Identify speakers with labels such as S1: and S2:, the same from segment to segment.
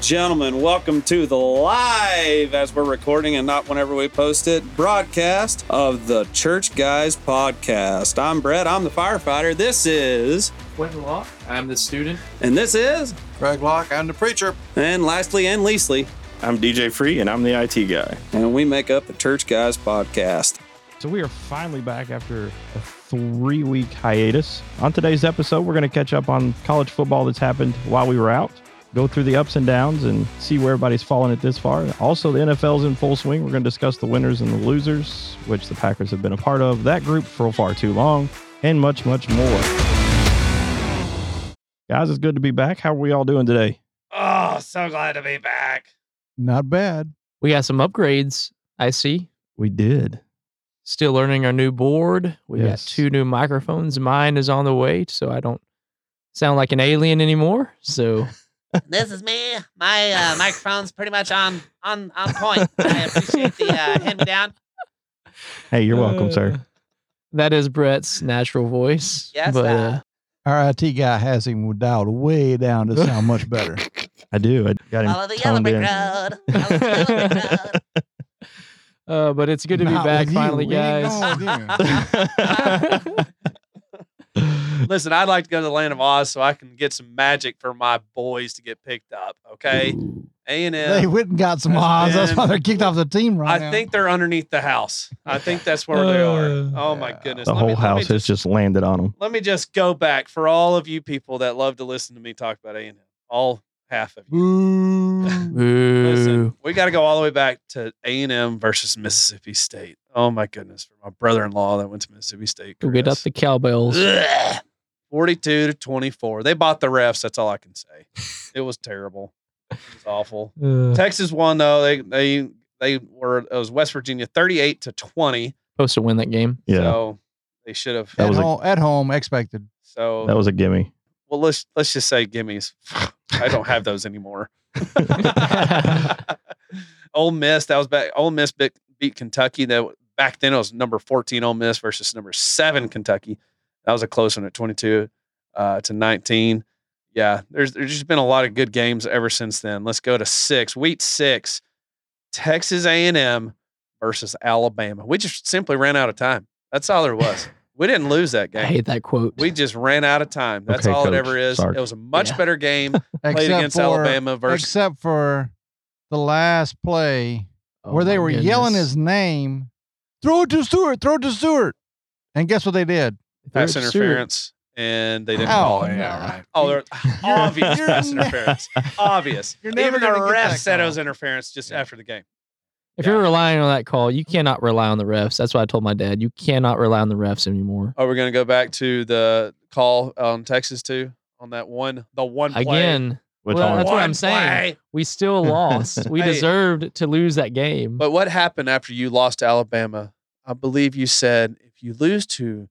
S1: gentlemen, welcome to the live, as we're recording and not whenever we post it, broadcast of the Church Guys podcast. I'm Brett, I'm the firefighter. This is,
S2: Quentin Locke. I'm the student.
S1: and this is,
S3: Greg Locke, I'm the preacher.
S1: and lastly and leastly,
S4: I'm DJ Free, and I'm the IT guy.
S1: and we make up the Church Guys podcast.
S5: So we are finally back after a three week hiatus. On today's episode, we're going to catch up on college football that's happened while we were out, go through the ups and downs and see where everybody's fallen at this far. Also, the NFL's in full swing. We're going to discuss the winners and the losers, which the Packers have been a part of, that group for far too long, and much, much more. Guys, it's good to be back. How are we all doing today?
S2: Oh, so glad to be back.
S3: Not bad.
S6: We got some upgrades, I see.
S5: We did.
S6: Still learning our new board. We
S5: Yes.
S6: got two new microphones. Mine is on the way, so I don't sound like an alien anymore. So
S7: this is me. My uh, microphone's pretty much on on on point. I appreciate the uh, hand me down.
S5: Hey, you're welcome,
S6: Uh,
S5: sir.
S6: That is Brett's natural voice.
S7: Yes,
S6: but
S7: uh,
S6: uh,
S3: Our IT guy has him dialed way down to sound much better.
S5: I do. I got him.
S7: Follow the yellow
S5: toned
S7: brick
S5: in.
S7: road. Follow the yellow brick road.
S6: uh, but it's good to be
S3: Not
S6: back
S3: with you.
S6: finally,
S3: We ain't
S6: guys.
S3: going with
S1: Listen, I'd like to go to the land of Oz so I can get some magic for my boys to get picked up, okay? A&M.
S3: you. They went and got some
S1: That's
S3: odds. That's why
S1: been-
S3: they're kicked off the team right now.
S1: I think they're underneath the house. I think that's where they are.
S6: Uh,
S1: Oh my
S3: yeah.
S1: goodness.
S5: The
S1: Let me-
S5: whole
S1: let me
S5: house has just landed on him.
S1: let me just go back for all of you people that love to listen to me talk about A&M. All half of you.
S3: Boo.
S6: Boo.
S1: Listen, we got to go all the way back to A&M versus Mississippi State. Oh my goodness, for my brother-in-law that went to Mississippi State.
S6: Go get up
S1: Chris.
S6: the cowbells.
S1: Ugh. 42 to 24. They bought the refs, that's all I can say. it was terrible. It was awful.
S6: Uh,
S1: Texas won though. They they they were it was West Virginia 38 to 20.
S6: supposed to win that game.
S5: Yeah.
S1: So they should have
S5: That
S3: at,
S5: was a-
S3: home, at home, expected.
S1: so
S5: That was a gimme.
S1: well let's let's just say gimmies. I don't have those anymore. Ole Miss, that was back. Ole Miss beat, beat Kentucky. That w- back then it was number fourteen Ole Miss versus number seven Kentucky. That was a close one at twenty two uh, to nineteen. Yeah, there's there's just been a lot of good games ever since then. Let's go to six week six, Texas A and M versus Alabama. We just simply ran out of time. That's all there was. we didn't lose that
S6: I
S1: game.
S6: hate that quote.
S1: we just ran out of time. That's
S5: Okay,
S1: all
S5: Coach
S1: it ever is.
S5: Sark.
S1: It was a much
S6: Yeah.
S1: better game played
S3: Except
S1: against
S3: for,
S1: Alabama versus
S3: Except for the last play
S6: Oh
S3: where they
S6: my
S3: were yelling
S6: goodness.
S3: his name. Throw it to Stewart. Throw it to Stewart. And guess what they did?
S1: pass
S6: They're absurd.
S1: interference, and they didn't
S3: Oh,
S1: call it.
S3: yeah,
S6: nah.
S3: right.
S1: Oh, they're obvious
S3: you're
S1: pass
S3: ne-
S1: interference. Obvious.
S3: You're never
S1: Even the
S3: gonna get
S1: ref
S3: that
S1: said it
S3: call.
S1: was interference just after the game.
S6: If
S1: Yeah.
S6: you're relying on that call, you cannot rely on the refs. That's what I told my dad. You cannot rely on the refs anymore.
S1: Are we going to Oh, go back to the call on Texas too on that one? The one play.
S6: Again,
S5: Which
S6: Well,
S5: one?
S6: that's what
S1: One
S6: I'm saying.
S1: play.
S6: we still lost. We
S1: Hey.
S6: deserved to lose that game.
S1: But what happened after you lost to Alabama? I believe you said if you lose to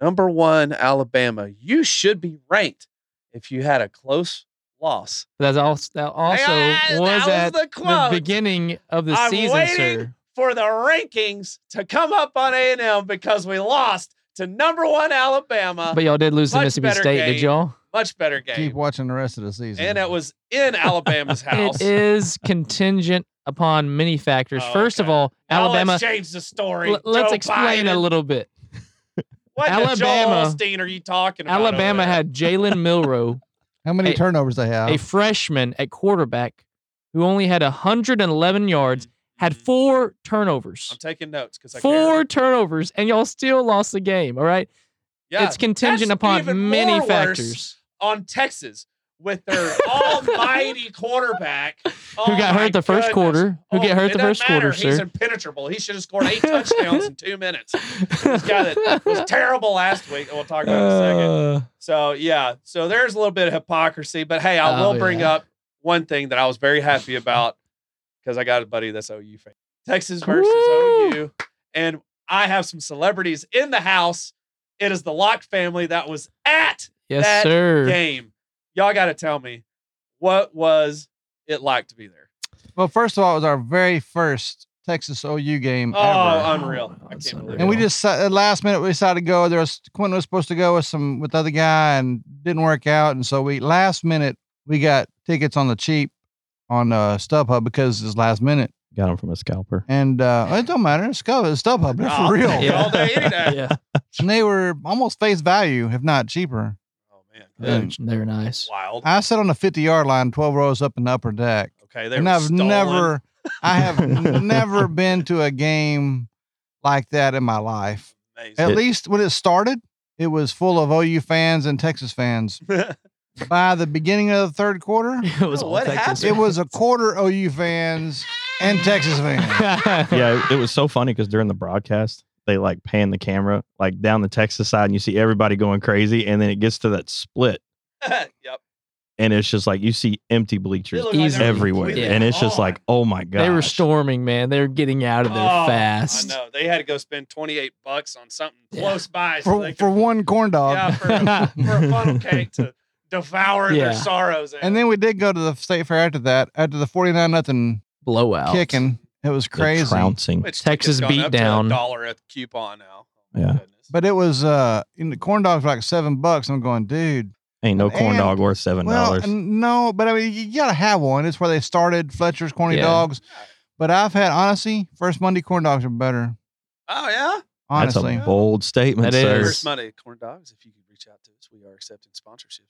S1: number one Alabama, you should be ranked if you had a close loss.
S6: That's also that also
S1: Hey,
S6: was
S1: that
S6: at
S1: was the quote.
S6: beginning of the
S1: I'm
S6: season,
S1: waiting
S6: sir.
S1: for the rankings to come up on A&M because we lost to number one Alabama.
S6: But y'all did lose to
S1: much
S6: Mississippi
S1: better
S6: State,
S1: game.
S6: did y'all?
S1: Much better
S3: Keep
S1: game.
S3: watching the rest of the season.
S1: And it was in Alabama's house.
S6: It is contingent upon many factors.
S1: Oh,
S6: First of
S1: okay.
S6: all,
S1: Now let's
S6: Alabama.
S1: change the story.
S6: l- let's
S1: Joe
S6: explain
S1: Biden.
S6: a little bit.
S1: What Alabama,
S6: Alabama-
S1: Joel Osteen are you talking about? over
S6: Alabama
S1: there? Oh.
S6: had Jalen Milrow,
S3: How many
S6: Hey,
S3: turnovers they have?
S6: a freshman at quarterback, who only had 111 yards,
S1: Mm.
S6: had four turnovers.
S1: I'm taking notes because I
S6: four
S1: care.
S6: turnovers and y'all still lost the game. All right,
S1: Yeah,
S6: it's contingent
S1: that's
S6: upon
S1: even
S6: many
S1: more worse.
S6: factors.
S1: on Texas with their almighty quarterback
S6: who
S1: Oh
S6: got hurt the first quarter? Who get hurt the first quarter,
S1: He's
S6: sir?
S1: impenetrable. He should have scored eight touchdowns in two minutes. This guy that was terrible last week. that We'll talk about in a second.
S6: Uh,
S1: So yeah, so there's a little bit of hypocrisy, but hey, I
S6: Oh,
S1: will bring
S6: yeah.
S1: up one thing that I was very happy about because I got a buddy that's OU fan. Texas versus
S6: Woo!
S1: OU, and I have some celebrities in the house. It is the Locke family that was at That
S6: yes, sir.
S1: game. Y'all got to tell me what was it like to be there?
S3: well, first of all, it was our very first Texas OU game
S1: Oh,
S3: ever.
S1: unreal! I
S6: That's
S1: can't believe it.
S3: and we
S6: unreal.
S3: just at last minute we decided to go. There was Quentin was supposed to go with some with the other guy and didn't work out. And so we last minute we got tickets on the cheap on uh, StubHub because it's last minute,
S5: Got him from a scalper.
S3: and uh, it don't matter. It's Scub- it's StubHub, they're
S1: Oh,
S3: for real,
S1: yeah. All day, any day.
S6: yeah,
S3: and they were almost face value, if not cheaper.
S1: Oh man,
S3: Yeah.
S1: Good.
S6: they're nice.
S1: wild.
S3: I sat on the fifty yard line, twelve rows up in the upper deck,
S1: Okay, they
S3: and
S1: were
S3: I've
S1: stolen.
S3: never, I have never been to a game like that in my life. At
S1: Amazing.
S5: It-
S3: least when it started, it was full of OU fans and Texas fans. By the beginning of the third quarter,
S6: It was all
S1: What
S6: Texas.
S3: it was a quarter OU fans and Texas fans.
S5: yeah, it- it was so funny because during the broadcast, they like pan the camera like down the Texas side and you see everybody going crazy. And then it gets to that split
S1: yep.
S5: and it's just like you see empty
S1: They
S5: bleachers
S1: look like they
S6: easy.
S1: were
S5: everywhere.
S1: completely
S6: Yeah.
S5: And it's just
S1: gone.
S5: like, oh my God.
S6: They were storming, man. They were getting out of there
S1: Oh,
S6: fast.
S1: I know they had to go spend twenty eight bucks on something
S6: Yeah.
S1: close by so
S3: for,
S1: they could,
S3: for one corn dog.
S1: yeah, for, for a funnel cake to devour
S6: Yeah.
S1: their sorrows.
S3: And then we did go to the state fair after that, after the 49 nothing
S6: Blowout.
S3: kicking. It was crazy.
S5: Trouncing.
S1: Which
S6: Texas
S1: tickets gone
S6: beat
S1: up to a
S6: down.
S1: dollar a coupon now. Oh,
S5: Yeah.
S1: my goodness.
S3: But it was uh in the corn dogs were like seven bucks. I'm going, dude.
S5: Ain't no corn
S3: And-
S5: dog worth seven
S3: Well,
S5: dollars.
S3: n- no, but I mean you gotta have one. It's where they started Fletcher's corny
S6: Yeah.
S3: dogs. But I've had honestly, first Monday corn dogs are better.
S1: oh yeah,
S5: That's
S3: Honestly.
S5: a bold statement,
S6: That
S5: sir.
S6: is.
S1: First Monday, corn dogs. If you could reach out to us, we are accepting sponsorships.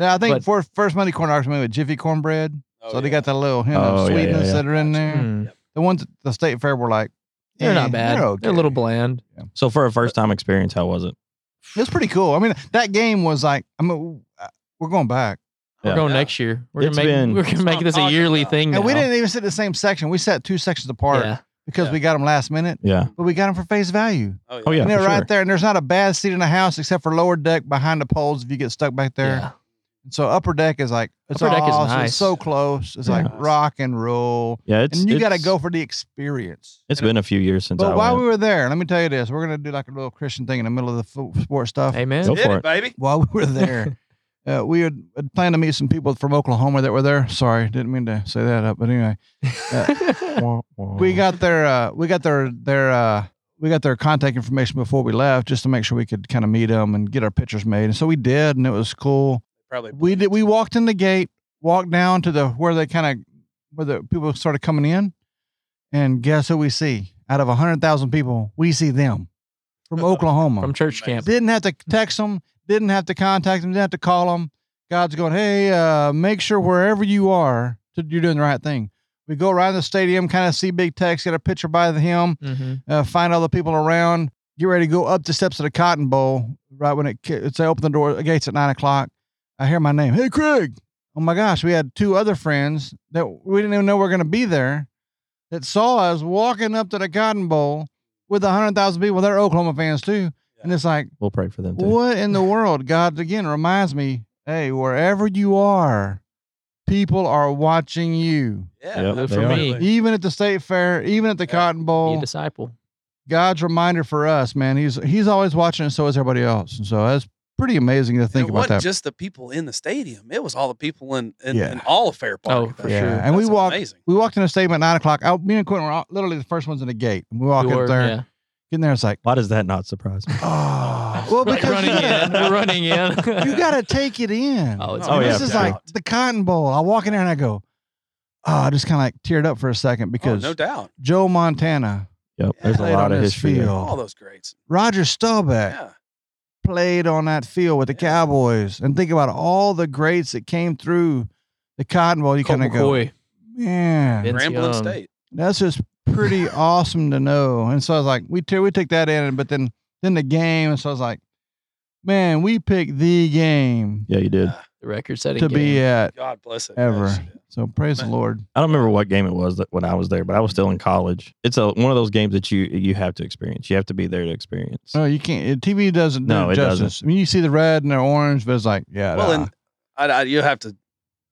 S3: Yeah, I think
S6: But-
S3: for first Monday corn dogs are made with Jiffy cornbread.
S1: Oh,
S3: so they
S1: yeah.
S3: got that little hint of
S5: Oh, yeah, yeah,
S3: sweetness
S5: yeah.
S3: that are in there.
S6: Hmm.
S3: The ones at the state fair were like,
S6: They're
S3: eh,
S6: not bad. They're,
S3: okay.
S6: a little bland.
S5: so for a first time experience, how was it?
S3: It was pretty cool. I mean, that game was like, I mean, uh, we're going back,
S6: We're
S5: Yeah.
S6: going
S1: Yeah.
S6: next year. We're
S5: It's
S6: gonna make
S5: been-
S6: we're gonna
S1: That's
S6: make
S1: what
S6: this
S1: I'm
S6: a
S1: talking
S6: yearly
S1: about.
S6: thing.
S3: and we
S6: now.
S3: didn't even sit in the same section. We sat two sections apart
S6: Yeah.
S3: because
S1: Yeah.
S3: we got them last minute,
S5: Yeah.
S3: but we got them for face value.
S5: Oh, yeah.
S3: and they're
S5: for
S3: right
S5: sure.
S3: there, and there's not a bad seat in the house except for lower deck behind the poles if you get stuck back there.
S6: Yeah.
S3: So upper deck is like it's
S6: Upper deck is
S3: awesome.
S6: nice.
S3: It's so close. It's like
S1: Yeah.
S3: rock and roll,
S5: Yeah. It's
S3: and you got to
S5: it's-
S3: go for the experience.
S5: It's been a few years since I
S3: But while
S5: went.
S3: we were there, let me tell you this: we're gonna do like a little Christian thing in the middle of the f- sport stuff.
S6: Amen.
S5: Go
S1: Did
S5: for
S1: it,
S5: it.
S1: baby.
S3: while we were there, uh, we had, had planned to meet some people from Oklahoma that were there. Sorry, didn't mean to say that up, but anyway,
S5: Wah, wah.
S3: we got their uh, we got their their uh, we got their contact information before we left, just to make sure we could kind of meet them and get our pictures made. And so we did, and it was cool.
S1: Probably.
S3: We did. We walked in the gate, walked down to the where they kind of where the people started coming in, and guess who we see? Out of hundred thousand people, we see them from Oklahoma.
S6: From church camp.
S3: Didn't have to text them. Didn't have to contact them. Didn't have to call them. God's going, hey, uh, make sure wherever you are, that you're doing the right thing. We go around the stadium, kind of see Big Tex, get a picture by the him,
S6: Mm-hmm.
S3: uh, find all the people around, get ready to go up the steps of the Cotton Bowl. Right when it, ki- it's they open the door, the gates at nine o'clock. I hear my name. Hey, Craig. Oh my gosh, we had two other friends that we didn't even know were going to be there that saw us walking up to the Cotton Bowl with a hundred thousand people. They're Oklahoma fans too, and it's like.
S5: We'll pray for them too.
S3: What in the world? God again reminds me, hey, wherever you are, people are watching you.
S1: Yeah.
S5: Yep,
S6: they are.
S1: absolutely.
S3: Even at the state fair, even at the
S1: Yeah.
S3: Cotton
S6: Be a
S3: Bowl,
S6: disciple.
S3: God's reminder for us, man. He's he's always watching, and so is everybody else. And so that's pretty amazing to think
S1: it
S3: about
S1: wasn't
S3: that.
S1: just the people in the stadium. It was all the people in in,
S3: Yeah.
S1: in all of Fair Park.
S6: Oh, for
S3: Yeah.
S6: sure.
S3: And we
S1: That's
S3: walked-
S1: Amazing. Oh,
S3: we walked in a stadium at nine o'clock. I, me and Quentin were all, literally the first ones in the gate. We walk
S6: We
S3: up
S6: were,
S3: there,
S6: yeah.
S3: getting there, it's like,
S5: Why does that not surprise me?
S3: oh, well,
S6: We're
S3: because
S6: running in. We're running in.
S3: you got to take it in.
S6: Oh, it's
S5: Oh,
S3: And
S5: yeah,
S3: this is
S5: for
S3: like
S5: sure.
S3: the Cotton Bowl. I walk in there and I go, oh, I just kind of like teared up for a second
S1: Oh,
S3: because
S1: no doubt.
S3: Joe Montana,
S5: Yep. There's a
S3: Played
S5: lot
S3: on
S5: of
S3: this
S5: history. there.
S3: field.
S1: All those greats.
S3: Roger Staubach
S1: Yeah.
S3: played on that field with the
S1: Yeah.
S3: Cowboys, and think about all the greats that came through the Cotton Bowl. You
S6: Colt
S3: kind of go,
S6: McCoy.
S3: man,
S6: Vince
S1: Grambling
S6: Young.
S1: State.
S3: that's just pretty awesome to know. And so I was like, we tear, we took that in, but then then the game, and so I was like, man, we picked the game
S5: Yeah, you did.
S6: The record setting.
S3: to be at.
S1: God bless it.
S3: Ever.
S1: Yes.
S3: So praise the
S1: Man.
S3: Lord.
S5: I don't remember what game it was that when I was there, but I was still in college. It's a one of those games that you you have to experience. You have to be there to experience.
S3: No, you can't. it- TV doesn't do
S5: No,
S3: it
S5: it doesn't.
S3: justice. I mean, you see the red and the orange, but it's like, yeah.
S1: Well,
S3: nah.
S1: and I, I, you have to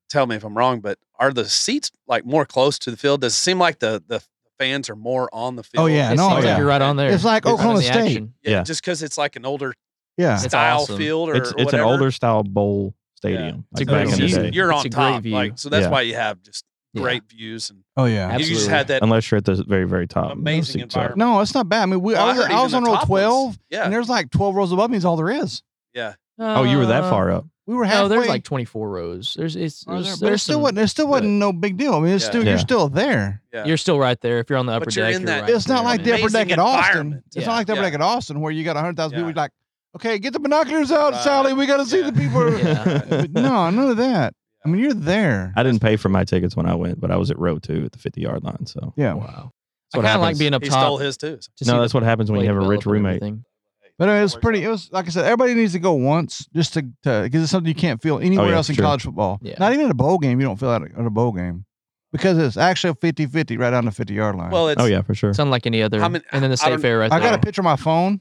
S1: tell me if I'm wrong, but are the seats like more close to the field? Does it seem like the the fans are more on the field?
S3: Oh, yeah,
S6: It
S3: no,
S6: seems
S5: yeah.
S6: like you're right on there.
S3: It's like
S6: You're
S3: Oklahoma
S6: right on the
S3: State.
S6: action.
S1: Yeah,
S5: Yeah.
S1: Just because it's like an older
S3: yeah,
S6: It's
S1: style
S6: awesome.
S1: field or
S5: it's it's an
S1: whatever.
S5: older style bowl stadium.
S6: It's a
S5: like back in
S6: great
S5: the
S6: view.
S5: day.
S1: You're
S6: It's
S1: on
S6: a great
S1: top,
S6: view.
S1: like so. That's
S5: Yeah.
S1: why you have just
S6: Yeah.
S1: great views and
S3: oh yeah.
S1: you just
S6: Absolutely.
S1: had that
S5: Unless you're at the very very top.
S1: amazing
S5: Seats up.
S1: environment.
S3: No, it's not bad. I mean, we,
S1: Well,
S3: I was,
S1: heard
S3: I was
S1: even
S3: on
S1: the
S3: row
S1: top ones.
S3: twelve,
S1: Yeah,
S3: and there's like twelve rows above me. Is all there is.
S1: yeah.
S5: Oh, you were that
S6: Uh,
S5: far up.
S3: We were halfway.
S6: No, there's like 24 rows. There's it's,
S3: Are there-
S6: there's,
S3: but it
S6: there's
S3: still
S6: some-
S3: wasn't. It still wasn't no big deal. I mean, it's
S1: Yeah.
S3: still
S5: Yeah.
S3: you're still there.
S1: Yeah.
S6: You're still right there. If you're on the upper
S1: But you're
S6: deck,
S1: in
S6: you're
S1: that-
S6: right
S3: it's not
S6: there,
S3: like the
S6: man.
S3: upper deck
S1: Amazing
S3: at Austin.
S1: environment.
S3: It's
S6: Yeah.
S3: not like the upper
S1: Yeah.
S3: deck at Austin where you got hundred thousand people.
S1: Yeah.
S3: You're like, okay, get the binoculars out,
S1: Right.
S3: Sally. We got to see
S1: Yeah.
S3: the people.
S6: Yeah.
S3: But no, none of that. I mean, you're there.
S5: I didn't pay for my tickets when I went, but I was at row two at the 50 yard line. So
S3: yeah.
S6: Wow.
S5: That's what
S6: I kind of like
S5: happens.
S6: being up
S1: He
S6: top.
S1: stole his too.
S6: to see
S5: no,
S6: the
S5: that's what happens when you
S6: play
S5: have a rich
S6: develop and
S5: roommate.
S6: everything.
S3: But I mean, it was pretty. It was like I said, everybody needs to go once just to because it's something you can't feel anywhere
S5: Oh, yeah,
S3: else in
S5: sure.
S3: college football.
S6: Yeah.
S3: Not even at a bowl game, you don't feel that at a bowl game because it's actually 50-50 right on the fifty yard line.
S1: Well, it's
S5: Oh, yeah, for sure.
S6: It's unlike any other.
S1: How many-
S6: and then
S1: I
S6: the state
S1: don't-
S6: fair right
S3: I
S6: there.
S3: got a picture on my phone.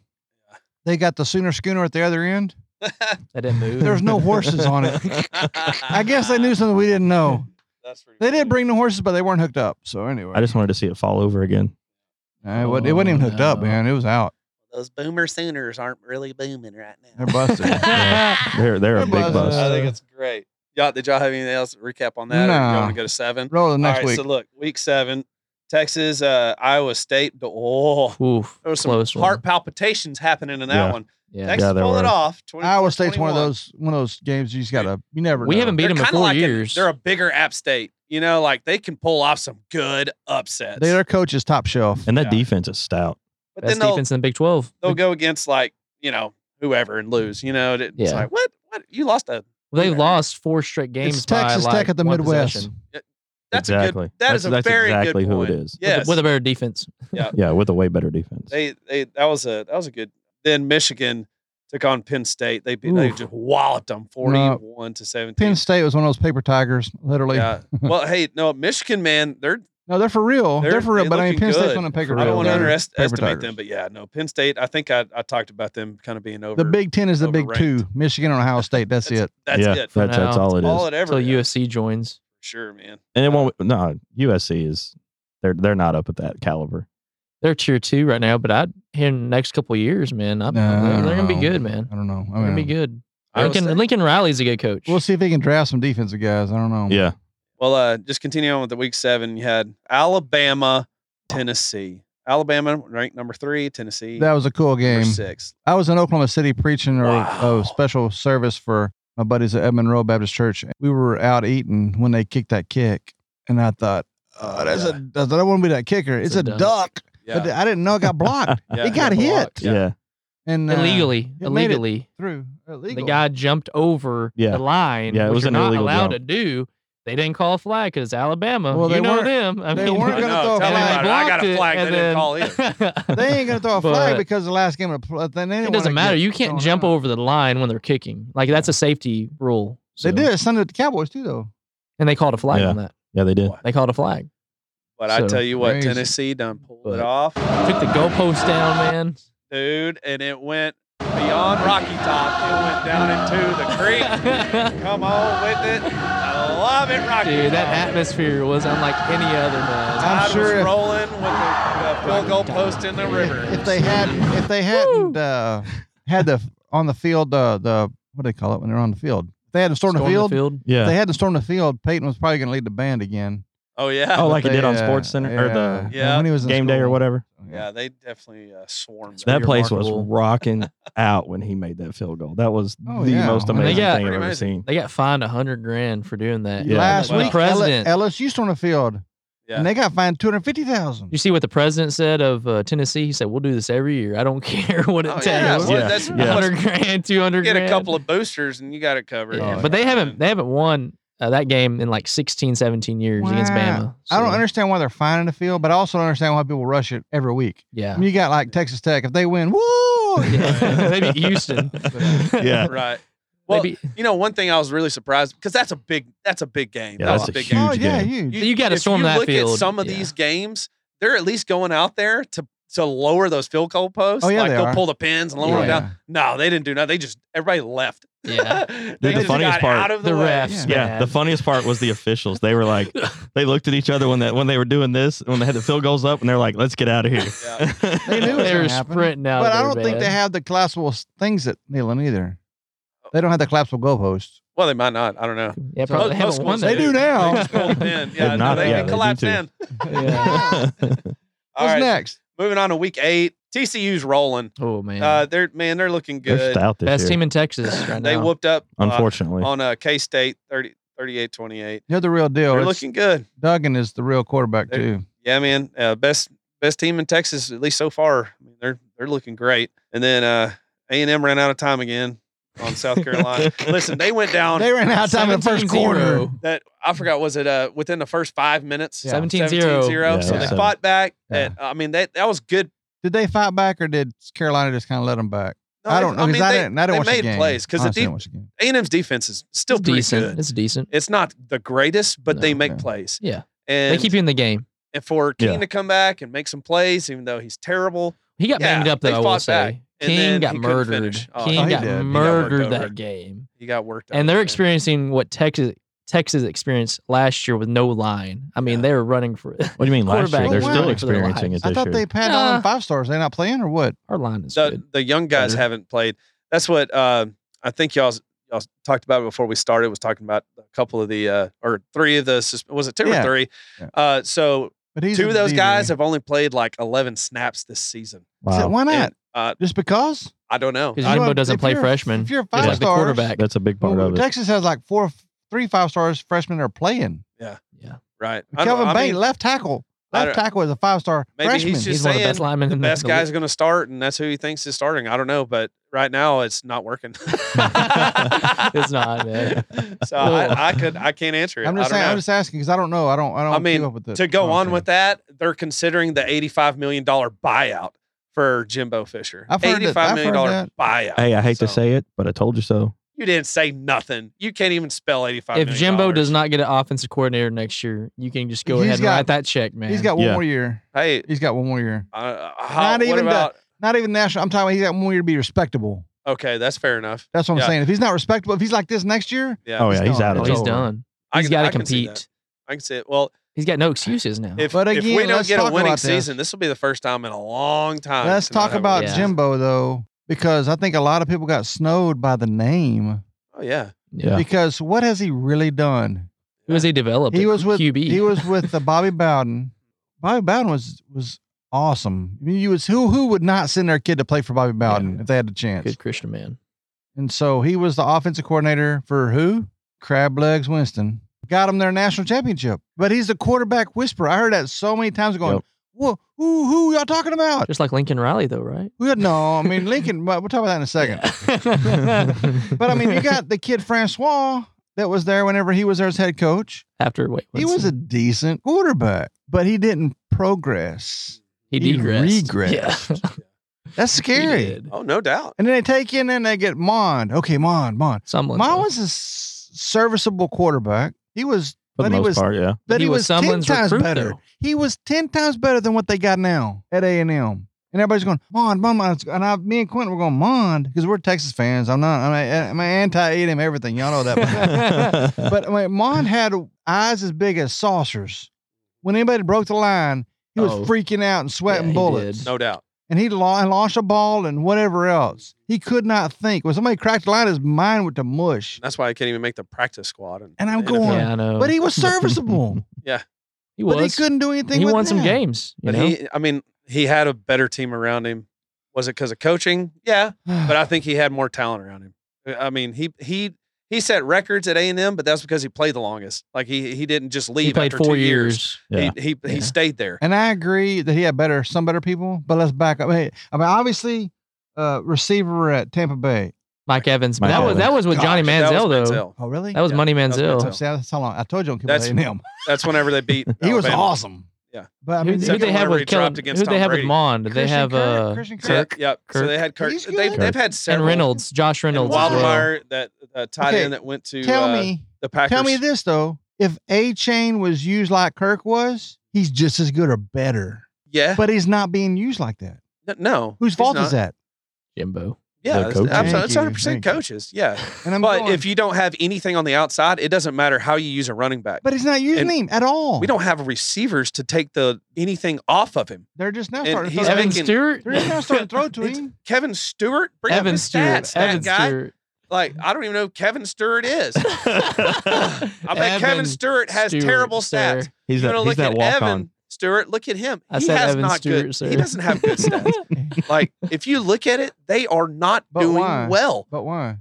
S3: They got the Sooner Schooner at the other end.
S6: that didn't move.
S3: There's no horses on it. I guess they knew something we didn't know.
S1: That's pretty
S3: They did
S1: cool.
S3: bring the horses, but they weren't hooked up. So anyway,
S5: I just wanted to see it fall over again.
S3: Uh, it, wasn't, it wasn't even hooked up,
S6: Oh,
S3: man. It was out.
S7: Those boomer Sooners aren't really booming right now.
S3: They're busted.
S5: They're, they're uh, a big
S3: Everybody's-
S5: bust.
S1: I think it's great. Y'all, did y'all have anything else to recap on that? Or you
S3: No.
S1: want to go to seven?
S3: Roll the next
S1: All right,
S3: week.
S1: so look, week seven, Texas, uh, Iowa State. Oh,
S6: Oof,
S1: there was some
S6: close
S1: heart
S6: one.
S1: palpitations happening in that
S5: Yeah.
S1: one.
S6: Yeah.
S1: Texas
S5: Yeah, there
S1: pulled it
S5: were.
S1: off.
S3: Iowa State's one
S1: 24-21.
S3: of those one of those games you just gotta. You never.
S6: We
S3: know.
S6: haven't beat
S1: They're
S6: them in
S1: kinda
S6: four
S1: like a-
S6: years.
S1: they're a bigger App State. You know, like they can pull off some good upsets.
S3: They, their coach is top shelf.
S5: And that
S1: Yeah.
S5: defense is stout.
S1: but
S6: Best
S1: then they'll,
S6: defense in the Big 12.
S1: they'll go against like you know whoever and lose. You know, it's
S6: Yeah.
S1: like what what you lost a
S6: They've
S1: Yeah.
S6: lost four straight games.
S3: It's
S6: by,
S3: Texas
S6: like,
S3: Tech at the
S6: one
S3: Midwest.
S6: possession.
S1: that's
S5: exactly.
S1: a good that's, a very
S5: exactly
S1: good
S5: who
S1: point.
S5: it is.
S6: With a-
S1: Yes,
S6: with a better defense.
S5: Yeah, with a way better defense.
S1: they they that was a that was a good. Then Michigan took on Penn State. They beat, they
S6: Oof.
S1: just walloped them forty one to seventeen.
S3: Penn State was one of those paper tigers, literally.
S1: Yeah. well, hey, no, Michigan man, they're
S3: No, they're for real. They're,
S1: They're-
S3: for real.
S1: they're
S3: But I mean,
S1: looking
S3: Penn State's
S1: good.
S3: one of the paper.
S5: For
S1: I
S5: real.
S1: don't want to
S5: They're
S1: underestimate
S3: tigers.
S1: them, but yeah, no, Penn State. I think I, I talked about them kind of being over.
S3: the Big Ten is the Big Two:
S1: overranked.
S3: Michigan and Ohio State. That's,
S1: That's-
S3: it.
S1: That's
S5: yeah,
S1: it.
S5: That's, that's
S6: now.
S5: all it is.
S1: all it ever
S6: Until
S1: is.
S6: USC joins.
S1: sure, man.
S5: and it won't. No, USC is. They're they're not up at that caliber.
S6: They're tier two right now, but I here in the next couple of years, man, I'm,
S3: No,
S6: they're, they're gonna be
S3: no.
S6: good, man.
S3: I don't know. I
S6: They're gonna
S3: mean,
S6: be good.
S1: Iowa
S6: Lincoln
S1: State.
S6: Lincoln Riley's a good coach.
S3: We'll see if he can draft some defensive guys. I don't know.
S5: Yeah,
S1: Well, uh, just continue on with the week seven. You had Alabama, Tennessee. Alabama ranked number three. Tennessee
S3: That was a cool
S1: number
S3: game.
S1: six.
S3: I was in Oklahoma City preaching a,
S1: Wow.
S3: a special service for my buddies at Edmond Road Baptist Church. We were out eating when they kicked that kick, and I thought, oh, that's a that's, that wouldn't be that kicker. It's,
S6: a
S3: a,
S6: duck."
S3: duck.
S1: Yeah,
S3: But I didn't know it got blocked.
S1: yeah,
S3: it got
S6: got
S3: hit
S6: blocked.
S5: yeah, yeah.
S3: and uh,
S6: illegally.
S3: it made it
S6: Illegally.
S3: through. Illegal.
S6: The guy jumped over
S5: Yeah.
S6: the line,
S5: Yeah, it
S6: which
S5: was
S6: you're
S5: an
S6: not
S5: illegal
S6: allowed
S5: jump.
S6: to do. They didn't call a flag because Alabama.
S3: Well,
S6: you
S3: they
S6: know
S3: weren't-
S6: them. I
S3: they
S6: mean,
S3: weren't
S1: I
S3: gonna
S1: know,
S3: throw a
S1: tell me about
S3: flag.
S1: it. I got
S6: blocked
S1: a
S6: it,
S1: flag they
S6: and
S1: didn't
S6: then-
S1: call either.
S3: They ain't gonna throw a flag
S6: But-
S3: because the last game of the pl- then they didn't
S6: It
S3: wanna
S6: doesn't matter.
S3: get
S6: You can't
S3: thrown
S6: jump
S3: out.
S6: over the line when they're kicking. Like that's a safety rule.
S3: They
S6: so-
S3: did it Sunday at the Cowboys too, though.
S6: and they called a flag
S5: Yeah.
S6: on that.
S5: they did.
S6: They called a flag.
S1: But
S6: So
S1: I tell you what,
S3: crazy.
S1: Tennessee done pulled
S6: But-
S1: it off,
S6: Took the goalpost down, man.
S1: dude, and it went beyond Rocky Top. It went down into the creek.
S6: Dude,
S1: Come on with it. I love it, Rocky.
S6: that
S1: Top.
S6: atmosphere was unlike any other, man.
S3: I'm
S1: Tide
S3: sure
S1: was
S3: if-
S1: rolling with the, the field goal post in the river.
S3: If they had, if they hadn't uh, had the on the field, uh, the what do they call it when they're on the field? If they hadn't stormed the
S6: Storm
S3: field. If
S5: Yeah.
S3: they hadn't stormed the field, Peyton was probably going to lead the band again.
S1: oh yeah,
S5: Oh, like
S3: But
S5: it
S3: they,
S5: did on
S3: uh,
S5: Sports Center or the
S1: Yeah.
S3: when he was in
S5: game day or
S3: school.
S5: whatever.
S1: yeah, they definitely uh, swarmed.
S5: That
S1: there.
S5: place was
S6: remarkable.
S5: rocking out when he made that field goal. That was
S3: Oh,
S5: the
S3: yeah.
S5: most
S3: And they
S5: amazing
S6: got-
S5: thing I've
S1: Pretty
S5: ever
S1: amazing.
S5: seen.
S6: They got fined a hundred grand for doing that.
S5: Yeah.
S3: Last
S1: Wow.
S3: week,
S6: President.
S3: L- LSU stormed the field,
S1: Yeah.
S3: and they got fined two hundred fifty thousand.
S6: You see what the president said of uh, Tennessee? He said, "We'll do this every year. I don't care what it
S1: Oh,
S6: takes.
S1: yeah,
S5: well, Yeah.
S1: that's-
S5: Yeah.
S6: hundred grand, two hundred
S1: get
S6: grand.
S1: a couple of boosters and you got it covered.
S6: Yeah, but they haven't they haven't won uh, that game in like 16, 17 years against
S3: Wow.
S6: Bama.
S3: I don't
S6: so,
S3: understand why they're finding the field, but I also don't understand why people rush it every week. I
S6: Yeah,
S3: mean, you got like Texas Tech. If they win, woo! Oh,
S6: Yeah. They beat Houston.
S5: yeah.
S1: right.
S6: They
S1: Well,
S6: beat-
S1: you know, one thing I was really surprised because that's a big that's a big game.
S5: Yeah,
S1: that
S5: that's
S1: was a
S5: a
S1: big
S5: huge
S3: oh yeah,
S5: game.
S3: huge.
S6: You gotta
S1: if
S6: storm
S1: you
S6: that
S1: look
S6: field,
S1: At some of
S6: yeah.
S1: these games, they're at least going out there to to lower those field goal posts.
S3: Oh, yeah,
S1: like
S3: they
S1: will
S3: are.
S1: pull the pins and lower
S6: Yeah.
S1: them down. No, they didn't do nothing. They just everybody left.
S6: yeah.
S1: they
S5: the
S1: just
S5: funniest
S1: got
S5: part-
S1: out of the,
S6: The
S1: way.
S6: refs.
S5: Yeah,
S6: man.
S5: the funniest part was the officials. They were like, they looked at each other when that when they were doing this, when they had the field goals up, and they're like, "Let's get out of here."
S1: Yeah.
S3: They knew it was
S6: they were
S3: gonna happen.
S6: sprinting out.
S3: But
S6: of
S3: I
S6: there,
S3: don't think they
S6: man.
S3: have the collapsible s- things at Neyland either. They don't have the collapsible goalposts.
S1: Well, they might not. I don't know.
S6: Yeah, probably
S1: Most- most schools
S6: haven't won that.
S3: They do now.
S1: They just pull the pin.
S5: They've
S1: Yeah,
S5: not-
S1: they,
S5: yeah,
S1: they
S5: they do
S1: collapse
S5: too.
S1: in.
S6: Yeah.
S3: What's
S1: All right.
S3: next?
S1: Moving on to week eight, TCU's rolling.
S6: Oh man,
S1: Uh, they're man, they're looking
S5: They're
S1: good.
S5: stout this
S6: best
S5: year,
S6: team in Texas right
S1: they
S6: now.
S1: whooped up uh,
S5: unfortunately.
S1: on uh, K State 30, 38-28.
S3: You're the real deal.
S1: They're
S3: It's-
S1: looking good.
S3: Duggan is the real quarterback
S1: They're-
S3: too.
S1: Yeah, man. Uh, best best team in Texas at least so far. I mean, they're they're looking great. And then uh A and M ran out of time again on South Carolina. Listen, they went down.
S3: They ran out of time in the first
S6: 17-0.
S3: quarter.
S1: that I forgot was it uh within the first five minutes
S3: Yeah.
S6: 17-0.
S1: 17-0.
S5: Yeah,
S1: so they
S5: yeah.
S1: fought back
S3: Yeah.
S1: and I mean that that was good
S3: Did they fight back or did Carolina just kind of let them back?
S1: No,
S3: I
S1: they-
S3: don't know. 'cause I,
S1: mean, they-
S3: didn't. I didn't
S1: they
S3: watch the
S1: made
S3: game.
S1: plays, 'cause the
S3: Honestly, I
S1: deep-
S3: didn't watch the game.
S1: A&M's defense is still
S6: it's
S1: pretty
S6: decent.
S1: good.
S6: It's decent.
S1: It's not the greatest, but they
S6: No,
S1: make
S3: yeah.
S1: plays.
S6: Yeah.
S1: And,
S6: They keep you in the game.
S1: and for King
S5: Yeah.
S1: to come back and make some plays, even though he's terrible,
S6: He got
S1: Yeah,
S6: banged up though.
S1: they
S6: I will
S1: fought
S6: say
S1: and then
S6: King got
S1: he couldn't
S6: murdered.
S1: finish. Oh,
S6: King
S3: no, he
S6: got
S3: did. He got worked
S6: murdered
S1: over.
S6: that game,
S1: he got worked out.
S6: and they're
S1: man.
S6: experiencing what Texas Texas experienced last year with no line. I mean,
S1: Yeah.
S6: they were running for it.
S5: What do you mean last year?
S6: quarterback
S5: They're
S3: was
S5: still
S3: running
S6: for their
S5: experiencing it
S6: lives.
S5: this
S3: I thought
S5: year.
S3: they had all
S6: Nah.
S3: them five stars. They not playing or what?
S6: Our line is
S1: the,
S6: good.
S1: the young guys
S6: Better.
S1: haven't played. That's what uh, I think y'all y'all talked about it before we started. Was talking about a couple of the uh, or three of the sus- was it two
S3: Yeah.
S1: or three?
S3: Yeah.
S1: Uh, so
S3: But he's
S1: two
S3: a
S1: of those
S3: DB.
S1: guys have only played like eleven snaps this season.
S3: I said,
S5: wow,
S3: Why not?
S1: And, uh,
S3: Just because?
S1: I don't know.
S6: Because
S1: I-
S6: Jimbo
S3: Well,
S6: doesn't
S3: if
S6: play
S3: you're-
S6: freshmen.
S3: if you're
S6: just like
S1: five
S6: the
S3: stars-
S6: quarterback.
S5: that's a big part of it.
S3: Texas has like four, three five stars freshmen are playing.
S1: right? I don't-
S3: Kelvin
S1: I
S3: Bate,
S1: mean,
S3: left tackle.
S1: I
S3: Left
S1: don't-
S3: tackable is a five star
S1: Maybe he's
S3: freshman.
S1: just
S6: He's one of the
S1: saying
S6: best linemen. in the
S1: best
S6: the
S1: guy's going to start, and that's who he thinks is starting. I don't know, but right now it's not working.
S6: league. it's not, man.
S1: so I, I could I can't answer it.
S3: I'm just
S1: I don't
S3: saying. I'm
S1: know.
S3: just asking because I don't know. I don't. I don't.
S1: I mean,
S3: keep up with the,
S1: to go on with that, they're considering the eighty-five million dollar buyout for Jimbo Fisher.
S3: I've heard that- I've
S1: Eighty-five million
S3: heard
S1: dollar
S3: that.
S1: buyout.
S5: Hey, I hate to
S1: So,
S5: say it, but I told you so.
S1: you didn't say nothing. You can't even spell eighty-five.
S6: If
S1: million
S6: Jimbo
S1: dollars.
S6: does not get an offensive coordinator next year, you can just go
S3: He's
S6: ahead and
S3: got-
S6: write that check, man.
S3: He's got one
S5: Yeah.
S3: more year.
S1: hey,
S3: He's got one more year.
S1: uh, uh, how,
S3: Not
S1: what
S3: even the-
S1: about?
S3: Not even national. I'm talking. About he's got one more year to be respectable.
S1: okay, that's fair enough.
S3: That's what I'm
S1: Yeah.
S3: saying. If he's not respectable, if he's like this next year,
S1: Yeah,
S5: Oh yeah, he's
S3: gone.
S5: out
S6: oh,
S5: of
S3: It's
S5: it.
S6: he's
S3: over.
S6: done.
S1: I
S6: he's
S1: can-
S6: got to
S1: I can see that.
S6: compete.
S1: I can see it. Well,
S6: He's got no excuses now.
S1: if,
S3: But
S1: if we
S3: again,
S1: don't
S3: let's
S1: get a
S3: talk
S1: winning
S3: about this.
S1: season, this will be the first time in a long time.
S3: let's
S1: to not
S3: talk
S1: have a
S3: about
S1: winning
S6: Yeah.
S1: season.
S3: Jimbo though, because I think a lot of people got snowed by the name.
S1: Oh yeah,
S5: Yeah.
S3: Because what has he really done?
S6: Who has he developed?
S3: He was with
S6: QB.
S3: he was with the Bobby Bowden. Bobby Bowden was was awesome. I mean, you was who who would not send their kid to play for Bobby Bowden if they had the chance.
S6: good Christian man.
S3: And so he was the offensive coordinator for who? Crab Legs Winston. Got him their national championship. But he's the quarterback whisperer. I heard that so many times going,
S5: Yep.
S3: Whoa, who who y'all talking about?
S6: Just like Lincoln Riley, though, right?
S3: We had- no, I mean Lincoln, but we'll talk about that in a second. But I mean, you got the kid Francois that was there whenever he was there as head coach.
S6: after wait,
S3: He was a decent quarterback, but he didn't progress.
S6: he
S3: he
S6: degressed.
S3: regressed.
S6: Yeah.
S3: That's
S6: He
S3: scary.
S6: did.
S1: oh no doubt.
S3: And then they take you and then they get Mond. Okay, Mond, Mond.
S6: Someone.
S3: Mond was a s- serviceable quarterback. He was,
S5: For the
S3: but he
S5: most
S3: was,
S5: part, yeah.
S3: but he, was, ten
S6: someone's
S3: times
S6: recruit,
S3: better.
S6: though.
S3: He was ten times better than what they got now at A and M. And everybody's going Mond, Mond, Mond. and I, me and Quentin were going Mond because we're Texas fans. I'm not. I'm, I'm anti A and M everything. Y'all know that. by now. But I mean, Mon had eyes as big as saucers. When anybody broke the line, he was
S6: Oh.
S3: freaking out and sweating
S6: Yeah, he
S3: bullets.
S6: did.
S1: No doubt.
S3: And he la- and launched a ball and whatever else. He could not think. When somebody cracked the line, his mind went to mush.
S1: That's why I can't even make the practice squad. And,
S3: And I'm going-
S6: yeah, I know.
S3: But he was serviceable.
S6: he Oh. was.
S3: but he couldn't do anything.
S6: He
S3: with
S6: won some
S3: that.
S6: games. You
S1: But
S6: know?
S1: he, I mean, he had a better team around him. Was it because of coaching? Yeah, but I think he had more talent around him. Uh, I mean, he he he set records at A and M, but that's because he played the longest. Like he he didn't just leave.
S6: he played
S1: after
S6: four
S1: two years.
S6: years.
S5: Yeah.
S1: He he
S6: Yeah.
S1: he stayed there.
S3: And I agree that he had better, some better people. But let's back up. Hey, I mean, obviously, uh, receiver at Tampa Bay.
S6: Mike Evans.
S5: Mike
S6: that was that was with Johnny
S1: Gosh, that was
S6: Manziel though.
S3: Oh, really?
S6: That was
S1: Yeah,
S6: Money
S1: that was
S6: Manziel.
S1: Manziel.
S3: See, that's how long. I told you on
S1: That's-
S3: him.
S1: That's whenever they beat.
S3: He was
S1: Alabama.
S3: awesome.
S1: Yeah.
S3: But I
S6: Who
S3: mean,
S1: Who'd
S6: who they
S1: second
S6: have
S1: whenever he
S6: with Kellen?
S1: dropped
S6: Who
S1: against
S6: they
S1: Tom
S6: have with
S1: Brady.
S6: Mond? They
S3: Christian
S6: have
S3: Kirk-
S6: uh,
S3: Christian
S1: Yeah,
S3: Kirk.
S1: yep. So
S6: Kirk.
S1: they had Kirk.
S3: He's
S1: They,
S3: good.
S1: they've had several.
S6: and Reynolds, Josh
S1: And
S6: Reynolds. as well.
S1: Wildmeyer, that uh, tight
S3: Okay,
S1: end that went to
S3: Tell
S1: uh,
S3: me,
S1: the Packers.
S3: Tell me this though: if A Chain was used like Kirk was, he's just as good or better.
S1: Yeah.
S3: But he's not being used like that.
S1: N- no.
S3: Whose
S1: he's
S3: fault
S1: not.
S3: is that?
S6: Jimbo.
S1: Yeah,
S5: The
S1: that's-
S5: coaches.
S1: absolutely.
S3: Thank
S1: It's
S3: you,
S1: 100%
S3: thank you.
S1: coaches. Yeah.
S3: And I'm
S1: but
S3: going,
S1: if you don't have anything on the outside, it doesn't matter how you use a running back.
S3: but he's not using
S1: and
S3: him at all.
S1: we don't have receivers to take the anything off of him.
S3: They're just now
S1: and
S3: starting. to
S1: he's
S3: throw to
S6: Evan
S3: him.
S1: making-
S6: Stewart.
S3: They're just now starting to throw to
S1: It's-
S3: him.
S1: Kevin Stewart, bring up
S6: Evan
S1: his
S6: Stewart.
S1: stats. That
S6: Evan
S1: guy,
S6: Stewart.
S1: like I don't even know who Kevin Stewart is. I bet Kevin Stewart has terrible stats.
S5: he's
S1: You're gonna
S5: that,
S1: look
S5: he's that
S1: at
S5: walk
S1: Evan
S5: on.
S1: Stewart. Look at him.
S6: I
S1: he
S6: said
S1: has
S6: Evan
S1: not
S6: Stewart,
S1: good.
S6: sir.
S1: He doesn't have good stats. like if you look at it, they are not
S3: But
S1: doing
S3: why?
S1: well
S3: But why?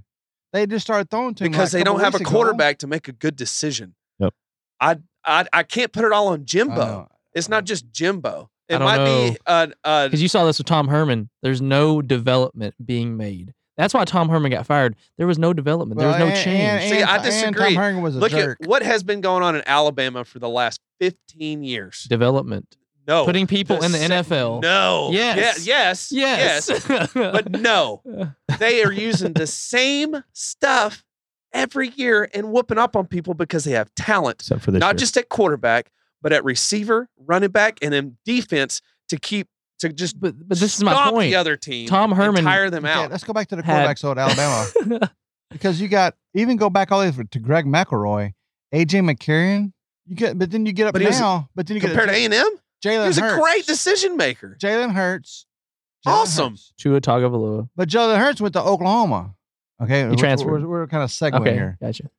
S3: They just started throwing to him
S1: because
S3: like
S1: they don't
S3: couple
S1: have a
S3: weeks ago.
S1: quarterback to make a good decision.
S5: Yep.
S1: I I I can't put it all on
S3: I
S1: Jimbo.
S3: know.
S1: It's not just Jimbo. It
S6: I don't
S1: might be uh, uh,
S6: Because you saw this with Tom Herman. There's no development being made. That's why Tom Herman got fired. There was no development. There was no
S3: Well, and-
S6: change.
S3: and-
S1: See,
S3: and-
S1: I
S3: And
S1: disagree.
S3: Tom Herring was a
S1: look
S3: jerk.
S1: at what has been going on in Alabama for the last 15 years.
S6: development.
S1: No.
S6: Putting people in the
S1: Oh, se-
S6: NFL.
S1: No.
S6: Yes.
S1: Ye- yes.
S6: Yes.
S1: But no. They are using the same stuff every year and whooping up on people because they have talent,
S5: except for this.
S1: not
S5: year.
S1: just at quarterback, but at receiver, running back, and in defense to keep to just
S6: but, but this is my
S1: stomp
S6: point.
S1: the other team.
S6: Tom
S1: and
S6: Herman-
S1: tire them
S3: Okay,
S1: out.
S3: let's go back to the
S6: had-
S3: quarterbacks though at Alabama because you got even go back all the way to Greg McElroy, AJ McCarron. You get, but then you get up
S1: But he was-
S3: now. But then you
S1: Compared to
S3: get
S1: A and M, he
S3: Jalen
S1: was a
S3: Hurts.
S1: great decision maker.
S3: Jalen Hurts. Jalen
S1: Awesome.
S3: Hurts.
S6: Chua Tagovailoa.
S3: But Jalen Hurts went to Oklahoma. Okay, we're-
S6: transferred.
S3: We're, we're kind of segueing
S6: Okay,
S3: here.
S6: gotcha.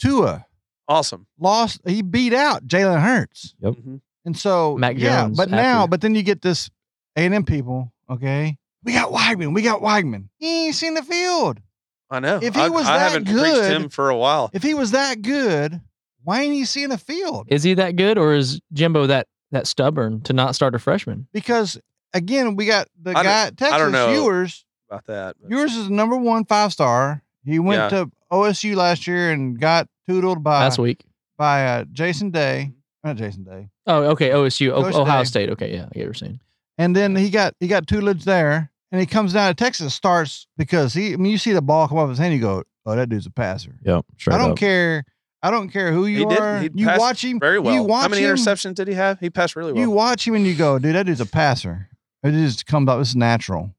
S3: Tua
S1: Awesome.
S3: lost. He beat out Jalen Hurts.
S5: Yep.
S1: Mhm.
S3: And so
S6: Mac
S3: yeah,
S6: Jones
S3: but now,
S6: after.
S3: but then you get this A and M people. Okay, we got Weigman. We got Weigman. He ain't seen the field.
S1: I know.
S3: If he
S1: I,
S3: was
S1: I
S3: that
S1: haven't preached
S3: good-
S1: him for a while.
S3: If he was that good, why ain't he seeing the field?
S6: Is he that good or is Jimbo that that stubborn to not start a freshman?
S3: Because again, we got the
S1: I don't-
S3: guy Texas
S1: don't know.
S3: Ewers.
S1: about that. but-
S3: Ewers is the number one five star. He went to OSU last year and got toodled by
S6: Last week.
S3: by uh, Jason Day,
S1: Mm-hmm.
S3: not Jason Day.
S6: Oh, okay. OSU, o-
S3: Coach
S6: Ohio
S3: Day.
S6: State. Okay, yeah, I get what you're saying.
S3: And then he got he got tutelage there, and he comes down to Texas, starts because he. I mean, you see the ball come off his hand, you go, "Oh, that dude's a passer."
S5: Yep. Straight
S3: I don't
S5: up.
S3: care. I don't care who you
S1: He did.
S3: are.
S1: He
S3: you
S1: passed
S3: watch him
S1: Very well.
S3: You watch
S1: How many
S3: him,
S1: interceptions did he have? He passed really well.
S3: You watch him and you go, "Dude, that dude's a passer." It just comes up. It's natural,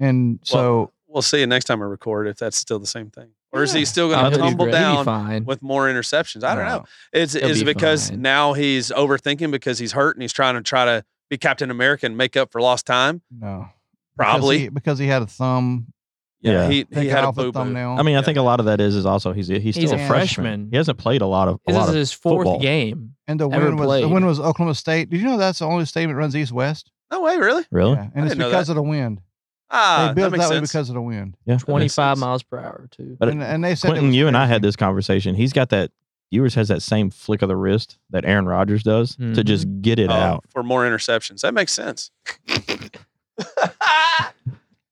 S3: and so.
S1: Well, we'll see you next time I record if that's still the same thing, or is he still
S6: I
S1: going to
S6: believe
S1: tumble
S6: Greg. He'd be
S1: down
S6: fine.
S1: with more interceptions? I don't
S3: no.
S1: know. It's
S6: He'll
S1: is
S6: be
S1: because
S6: fine.
S1: now he's overthinking because he's hurt and he's trying to try to be Captain America and make up for lost time.
S3: No.
S1: Probably.
S3: Because he, because he had a thumb.
S5: Yeah.
S1: he he
S3: Take it
S1: had a
S3: off
S1: boo
S3: a
S1: boo.
S3: thumbnail.
S5: I mean, I
S1: Yeah.
S5: think a lot of that is is also he's he's
S6: He's
S5: still
S3: a
S5: a
S6: freshman.
S5: freshman. He hasn't played a lot of a
S6: this
S5: lot
S6: is
S5: of
S6: his fourth
S5: football.
S6: game.
S3: and the
S6: ever
S3: win was the
S6: played.
S3: win was Oklahoma State. Did you know that's the only state that runs east west?
S1: No way, really?
S5: really.
S3: Yeah, and it's
S1: didn't know
S3: because of the wind.
S1: Ah,
S3: they
S1: that
S3: built
S1: makes
S3: that way
S1: sense.
S3: because of the wind.
S5: Yeah, that makes
S6: 25
S5: sense.
S6: miles per hour, too.
S5: But
S3: and, and they said it
S5: Quentin,
S3: was
S5: you and I
S3: crazy.
S5: had this conversation. He's got that. Ewers has that same flick of the wrist that Aaron Rodgers does to just get it
S1: Oh,
S5: out.
S1: for more interceptions. That makes sense.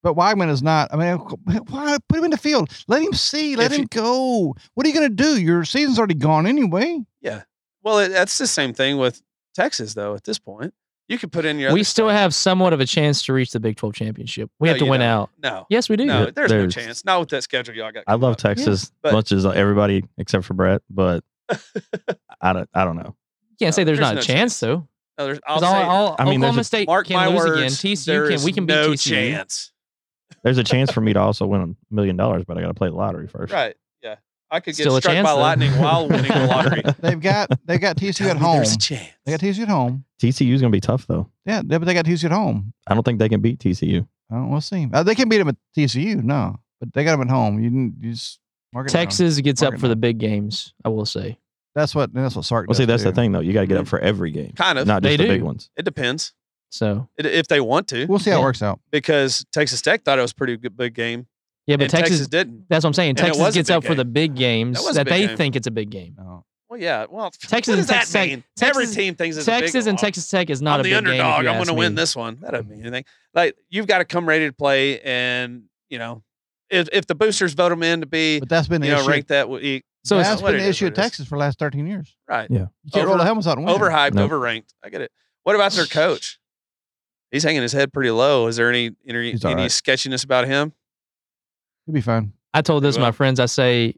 S3: But Weigman is not. I mean, why put him in the field? Let him see. Let
S1: If
S3: him
S1: you-
S3: go. What are you going to do? Your season's already gone anyway.
S1: Well, it, that's the same thing with Texas though. At this point, you could put in your.
S6: we
S1: other
S6: still
S1: stuff.
S6: have somewhat of a chance to reach the Big 12 championship. We
S1: No,
S6: have to
S1: you
S6: win
S1: don't.
S6: out.
S1: No,
S6: Yes, we do.
S1: no,
S5: Yeah,
S1: there's, no
S5: there's-
S1: chance. Not with that schedule y'all got.
S5: I love
S1: coming up.
S5: Texas
S1: but-
S5: much as everybody except for Brett, but I don't. I don't know.
S6: You can't say
S1: No,
S6: there's,
S1: there's
S6: not
S1: no
S6: a chance, though.
S1: No, there's, I'll
S6: Because all,
S1: say-
S6: all,
S5: I mean, there's
S6: Oklahoma
S5: a-
S6: State
S1: mark
S6: can
S1: my
S6: lose
S1: words.
S6: again.
S1: there
S6: TCU can.
S1: is
S6: We can beat
S1: no
S6: TCU.
S1: chance.
S5: There's a chance for me to also win a million dollars, but I got to play the lottery first.
S1: Right. Yeah. I could get
S6: Still a
S1: struck
S6: chance,
S1: by
S6: though.
S1: lightning while winning the lottery.
S3: They've got they've got TCU at home.
S1: There's a chance.
S3: They got TCU at home.
S5: TCU's going to be tough though.
S3: Yeah, they- but they got TCU at home.
S5: I don't think they can beat TCU.
S3: I don't, we'll see. Uh, they can beat them at TCU. No, but they got them at home. You didn't. You just mark it down.
S6: Texas gets
S3: Mark
S6: up
S3: it
S6: for
S3: down.
S6: the big games, I will say.
S3: That's what. That's what Sark.
S5: Well, see,
S3: does,
S5: that's the
S3: too.
S5: thing though. You got to get up for every game,
S1: Mm-hmm. Kind of.
S5: not
S6: They
S5: just the
S6: do.
S5: big ones.
S1: It depends
S6: So,
S1: It- if they want to,
S3: We'll see how it
S6: Yeah.
S3: works out.
S1: because Texas Tech thought it was a pretty good big game.
S6: yeah, but
S1: and Texas,
S6: Texas,
S1: didn't.
S6: that's what I'm saying.
S1: and it
S6: Texas
S1: was a
S6: gets
S1: big
S6: up for
S1: game.
S6: the big games
S1: was
S6: that,
S1: a big
S6: they
S1: game.
S6: think it's a big game.
S3: No.
S1: Well, yeah. Well,
S6: Texas
S1: what
S6: and
S1: does that
S6: Texas Tech-
S1: mean?
S6: Texas-
S1: Every team thinks it's a big
S6: Texas and
S1: loss.
S6: Texas Tech is not
S1: I'm
S6: a
S1: the
S6: big game. if
S1: underdog.
S6: you
S1: I'm
S6: ask
S1: going to win
S6: me.
S1: this one. That doesn't mean anything. Like you've got to come ready to play, and you know, if if the boosters vote them in to be,
S3: But that's been the
S1: you know,
S3: issue.
S1: ranked that week,
S6: So
S1: it's-
S3: that's
S1: what
S3: been
S1: it
S3: the
S1: is,
S3: issue
S1: what
S3: at
S1: it is.
S3: Texas for the last thirteen years.
S1: right?
S3: You can't roll
S1: Over-
S3: the helmets out and win.
S1: Overhyped,
S5: Nope.
S1: overranked. I get it. What about their coach? He's hanging his head pretty low. Is there any any,
S3: He's all
S1: any
S3: right.
S1: sketchiness about him?
S3: You'll be fine.
S6: I told this to my
S1: Well-
S6: friends. I say,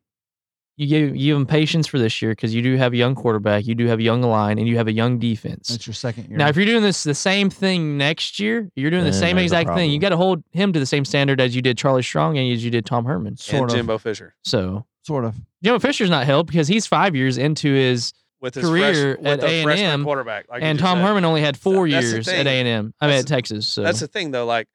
S6: you give, you give them patience for this year because you do have a young quarterback, you do have a young line, and you have a young defense.
S3: That's your second year.
S6: Now, if you're doing this the same thing next year, you're doing the
S5: Then
S6: same
S5: there's a
S6: exact thing. You
S5: problem.
S6: got to hold him to the same standard as you did Charlie Strong and as you did Tom Herman.
S1: and
S6: Sort of.
S1: Jimbo Fisher
S6: So
S3: sort of.
S6: Jimbo Fisher's not helped because he's five years into his,
S1: with his
S6: Career
S1: fresh, with
S6: at
S1: the freshman
S6: A&M,
S1: quarterback, like you
S6: and
S1: just
S6: Tom
S1: said.
S6: Herman only had four
S1: That's the
S6: years
S1: thing.
S6: at A and M. I mean
S1: That's-
S6: at Texas. So
S1: That's the thing, though. Like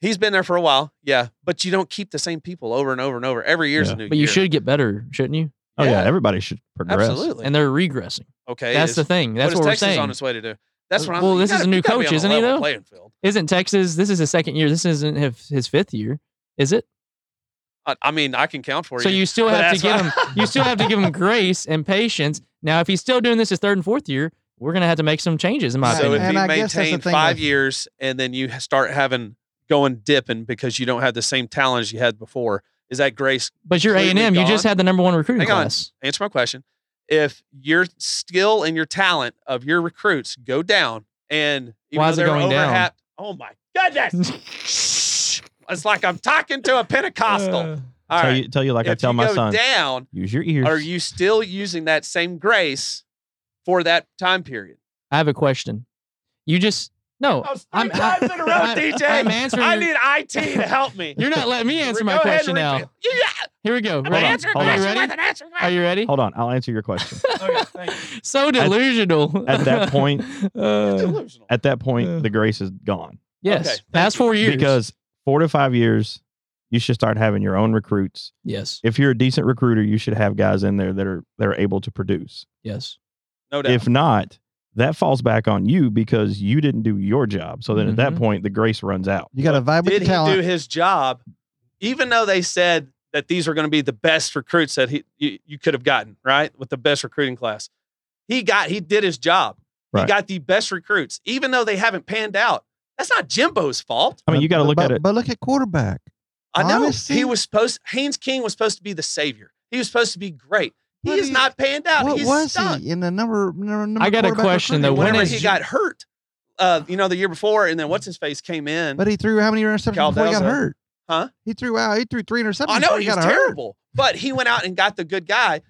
S1: he's been there for a while, yeah. But you don't keep the same people over and over and over. Every year's
S5: Yeah.
S1: a new
S6: but
S1: year.
S6: you should get better, shouldn't you?
S5: Oh yeah,
S1: Yeah.
S5: everybody should progress.
S1: absolutely.
S6: And they're regressing.
S1: okay,
S6: That's
S1: is-
S6: the thing. That's
S1: what
S6: what,
S1: is
S6: we're
S1: Texas
S6: saying.
S1: on its way to do? That's what I'm.
S6: Well,
S1: you
S6: this is
S1: gotta-
S6: a new
S1: you gotta be
S6: coach,
S1: on a
S6: isn't he,
S1: level
S6: though?
S1: Playing field.
S6: Isn't Texas? This is his second year. This isn't his, his fifth year, is it?
S1: I, I mean, I can count for
S6: So
S1: you.
S6: you still
S1: but
S6: have to
S1: that's
S6: give
S1: what-
S6: him. You still have to give him grace and patience. Now, if he's still doing this his third and fourth year, we're gonna have to make some changes. In my
S1: so if
S6: opinion,
S1: you
S3: And I guess that's the
S1: maintain
S3: thing
S1: five
S3: with-
S1: years and then you start having going dipping because you don't have the same talent as you had before, is that grace?
S6: but you're A and
S1: completely
S6: M. You just
S1: gone.
S6: had the number one recruiting
S1: Hang on.
S6: class.
S1: Answer my question. If your skill and your talent of your recruits go down, and even
S6: Why
S1: though
S6: is it
S1: they're
S6: going down?
S1: overhap- Oh my goodness! it's like I'm talking to a Pentecostal.
S6: Uh,
S1: All
S5: tell
S1: right.
S5: you, tell you like I
S1: if
S5: tell
S1: you
S5: my
S1: go
S5: son,
S1: down,
S5: use your ears.
S1: are you still using that same grace for that time period?
S6: I have a question. You just no.
S1: That was three
S6: I'm-
S1: times in a row,
S6: I'm-
S1: DJ.
S6: I'm answering
S1: I
S6: your-
S1: need IT to help me.
S6: You're not letting me answer my
S1: Go ahead and
S6: question now.
S1: repeat- Yeah,
S6: Here we go.
S1: I'm
S6: Ready?
S1: answering
S5: hold
S6: Are you
S1: question
S6: ready?
S1: with an answer.
S6: Are you ready?
S5: Hold on, I'll answer your question.
S2: Okay, thank you.
S6: So delusional.
S5: at that point-
S1: It's
S6: Uh,
S1: delusional.
S5: At that point,
S6: Uh.
S5: the grace is gone
S6: yes.
S1: Okay, thank
S6: Past
S1: you.
S6: four years.
S5: because four to five years, you should start having your own recruits.
S6: yes,
S5: If you're a decent recruiter, you should have guys in there that are that are able to produce.
S6: yes,
S1: No doubt.
S5: If not, that falls back on you because you didn't do your job. So then at that
S6: Mhm.
S5: point, the grace runs out.
S3: You got to vibe with
S1: Did
S3: the
S1: he
S3: talent.
S1: do his job? Even though they said that these were going to be the best recruits that he you, you could have gotten, right? With the best recruiting class. He got he did his job. He
S5: Right.
S1: got the best recruits, even though they haven't panned out. That's not Jimbo's fault.
S5: I mean, you got to look
S3: but,
S5: at it.
S3: But look at quarterback.
S1: I know
S3: Honestly?
S1: he was supposed. Haynes King was supposed to be the savior. He was supposed to be great. He
S3: What
S1: is
S3: do you-
S1: not panned out.
S3: what
S1: He's
S3: was
S1: stuck.
S3: he in the number? number, number
S6: I got a
S3: quarterback
S6: question, though.
S3: recruiting?
S6: When
S1: Whenever
S6: is
S1: he
S6: Ju-
S1: got hurt, uh, you know, the year before, and then what's his face came in.
S3: But he threw how many interceptions
S1: Kyle
S3: before he got
S1: Dowsett.
S3: hurt?
S1: Huh?
S3: He threw out. He threw three interceptions.
S1: I know
S3: before
S1: he
S3: got
S1: was
S3: hurt.
S1: terrible, but he went out and got the good guy.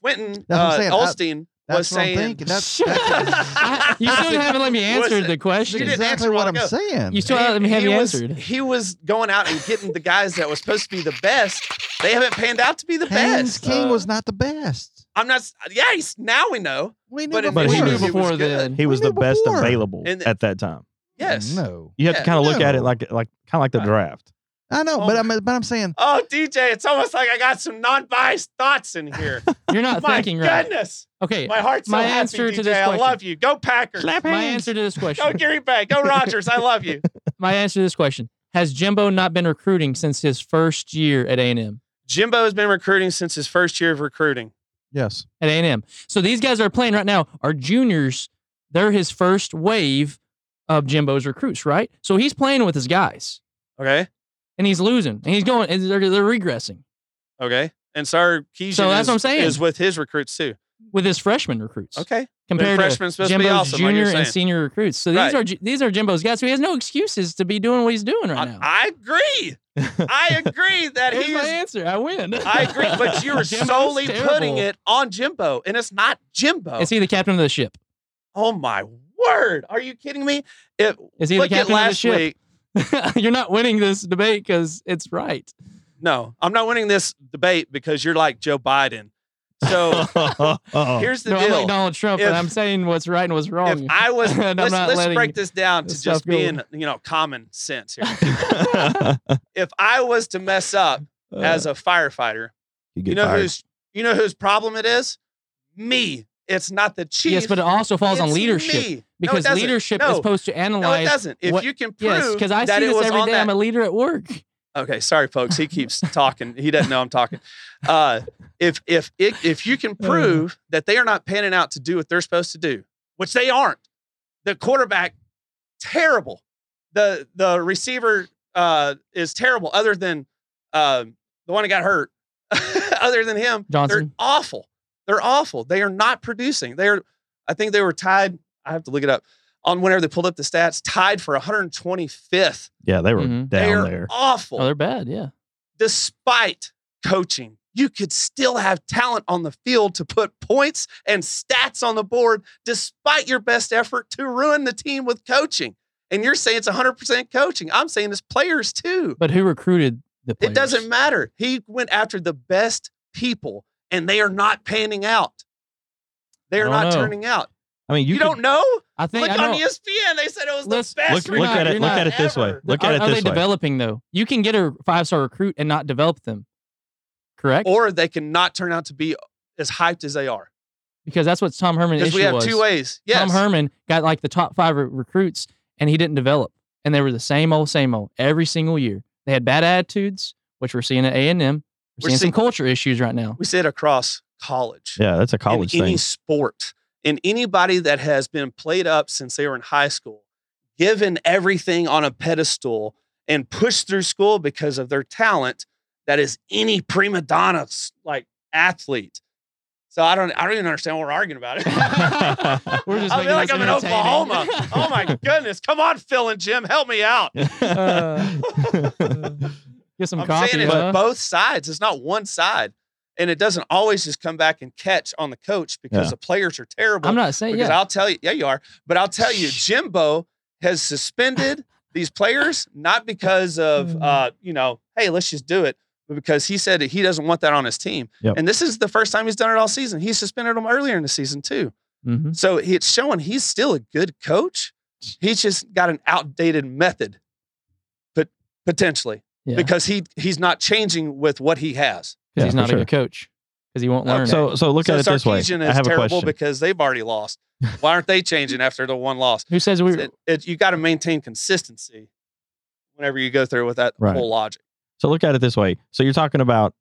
S1: Quentin
S3: That's what I'm
S1: uh,
S3: saying. I-
S1: Olstein
S3: That's
S1: was
S3: what
S1: saying.
S3: I'm thinking. That's,
S6: Shut
S3: that's
S6: up. I- you still haven't let me answer
S1: Listen,
S6: the
S1: you
S6: question.
S1: didn't
S3: exactly
S1: answer
S3: what
S1: while
S3: I'm
S1: ago.
S3: saying.
S6: You still haven't have
S1: he
S6: you
S1: was,
S6: answered.
S1: He was going out and getting the guys that were supposed to be the best. They haven't panned out to be the
S3: Haynes
S1: best.
S3: King
S1: Uh,
S3: was not the best. we
S1: I'm not. s- Yeah, he's, now we know.
S3: knew
S1: But if
S5: But
S1: we
S5: he
S1: knew
S5: was-
S1: before
S6: Before
S1: then,
S6: then.
S5: He was the best
S3: before.
S5: available
S1: And-
S5: at that time.
S1: yes.
S3: No.
S5: You have
S1: Yeah.
S5: to kind of look at
S3: No.
S5: it like like kind of like the
S1: Right.
S5: draft.
S3: I know,
S1: Oh
S3: but
S1: my-
S3: I'm but I'm saying
S1: Oh, DJ, it's almost like I got some non-biased thoughts in here.
S6: You're not
S1: My
S6: thinking right.
S1: goodness,
S6: Okay,
S1: my heart's so
S6: My
S1: happy,
S6: answer to
S1: DJ.
S6: this
S1: I
S6: question-
S1: love you. Go Packers.
S6: my answer to this
S1: Go
S6: question.
S1: Gary Bay. Go Rogers. I love you.
S6: My answer to this question has Jimbo not been recruiting since his first year at A and M.
S1: Jimbo has been recruiting since his first year of recruiting.
S3: yes.
S6: At A and M. So these guys are playing right now are juniors. They're his first wave of Jimbo's recruits, right? So he's playing with his guys,
S1: Okay.
S6: and he's losing, and he's going, and they're, they're regressing
S1: Okay. And Sir Keegan
S6: So that's
S1: is,
S6: what I'm saying.
S1: is with his recruits too.
S6: with his freshman recruits.
S1: Okay.
S6: compared
S1: freshman's
S6: to
S1: supposed to be
S6: Jimbo's
S1: awesome, like you're
S6: junior
S1: saying.
S6: and senior recruits. So these
S1: Right.
S6: are J- these are Jimbo's guys. So he has no excuses to be doing what he's doing right now.
S1: I, I agree. I agree that
S6: Here's
S1: he
S6: my
S1: is.
S6: answer. I win.
S1: I agree, but you were
S6: Jimbo's
S1: solely
S6: terrible.
S1: putting it on Jimbo, and it's not Jimbo.
S6: Is he the captain of the ship?
S1: oh my word! Are you kidding me? It,
S6: Is he
S1: look
S6: the
S1: at
S6: captain of the
S1: last
S6: ship?
S1: week.
S6: You're not winning this debate because it's right.
S1: No, I'm not winning this debate because you're like Joe Biden. So here's the
S6: Oh, no, I'm like
S1: deal.
S6: Donald Trump,
S1: If-
S6: and I'm saying what's right and what's
S1: If
S6: wrong.
S1: I was,
S6: And I'm
S1: let's,
S6: not
S1: let's
S6: letting
S1: break this down
S6: this
S1: to just
S6: stuff go.
S1: being, you know, common sense here. if I was to mess up
S6: Uh,
S1: as a firefighter,
S5: you get
S1: you know
S5: fired.
S1: who's you know whose problem it is? Me. It's not the chief.
S6: yes, but it also falls on
S1: It's
S6: leadership
S1: me. No, it
S6: because
S1: doesn't.
S6: leadership
S1: No.
S6: is supposed to
S1: No, it
S6: analyze.
S1: doesn't. If
S6: what-
S1: you can prove
S6: yes, because I see
S1: that it
S6: this
S1: was
S6: every
S1: on
S6: day. I'm
S1: that.
S6: a leader at work.
S1: okay, sorry, folks. He keeps talking. He doesn't know I'm talking. Uh, if if it, if you
S5: Uh.
S1: can prove that they are not panning out to do what they're supposed to do, which they aren't, the quarterback terrible, the the receiver uh, is terrible. Other than uh, the one that got hurt, other than him, they're
S6: Johnson.
S1: awful. They're awful. They are not producing. They're, I think they were tied. I have to look it up. On whenever they pulled up the stats, tied for 125th.
S5: yeah, they were
S3: Mm-hmm.
S6: Mhm.
S5: down
S1: they are
S5: there.
S1: awful.
S6: Oh, they're bad. Yeah.
S1: Despite coaching, you could still have talent on the field to put points and stats on the board, despite your best effort to ruin the team with coaching. And you're saying it's 100% coaching. I'm saying it's players too.
S6: But who recruited the players?
S1: It doesn't matter. He went after the best people, and they are not panning out. They
S6: I
S1: are
S6: don't
S1: not
S6: know.
S1: turning out.
S5: I mean,
S1: You,
S5: you, could-
S1: don't know?
S6: I think
S1: Look
S6: I
S1: on E
S6: know-
S1: ESPN. They said it was
S6: Let's-
S1: the best.
S6: Look- look
S1: recruit
S6: at it- look
S1: class
S6: at
S5: it this way.
S1: ever.
S5: Look
S6: are,
S5: at it
S6: are
S5: this
S6: they
S5: way.
S6: developing though? You can get a five star recruit and not develop them, correct?
S1: Or they cannot turn out to be as hyped as they are.
S6: because that's what Tom Herman's
S1: Because
S6: issue
S1: we have
S6: was.
S1: two ways. Yes.
S6: Tom Herman got like the top five re- recruits, and he didn't develop, and they were the same old, same old every single year. They had bad attitudes, which we're seeing at A and M. We're
S1: We're
S6: seeing some
S1: seeing-
S6: culture issues right now.
S1: we sit across college.
S5: Yeah, that's a college
S1: in any
S5: thing.
S1: sport and anybody that has been played up since they were in high school given everything on a pedestal and pushed through school because of their talent that is any prima donna s- like athlete so i don't i don't even understand what we're arguing about it i
S6: We're just
S1: feel
S6: making
S1: like
S6: this
S1: i'm in
S6: entertaining.
S1: oklahoma oh my goodness come on phil and jim help me out uh,
S6: Get some
S1: I'm
S6: coffee,
S1: saying it's
S6: huh?
S1: both sides. It's not one side, and it doesn't always just come back and catch on the coach because
S5: Yeah.
S1: the players are terrible.
S6: I'm not saying
S1: because
S6: yeah.
S1: I'll tell you, yeah, you are. But I'll tell you, Jimbo has suspended these players not because of
S6: Mm.
S1: uh, you know, hey, let's just do it, but because he said that he doesn't want that on his team.
S5: Yep.
S1: And this is the first time he's done it all season. He suspended them earlier in the season too.
S6: Mhm.
S1: So it's showing he's still a good coach. He's just got an outdated method, but potentially
S6: Yeah.
S1: because he he's not changing with what he has.
S6: 'Cause
S5: Yeah,
S6: he's
S5: for
S6: not
S5: sure.
S6: a good coach because he won't learn. it.
S5: So, so look
S1: so
S5: at it this way.
S1: Sarkeesian
S5: I
S1: is
S5: have a
S1: terrible
S5: question.
S1: because they've already lost. Why aren't they changing after the one loss?
S6: Who says we?
S1: It, it- you got to maintain consistency whenever you go through with that
S5: Right.
S1: whole logic.
S5: So look at it this way. So you're talking about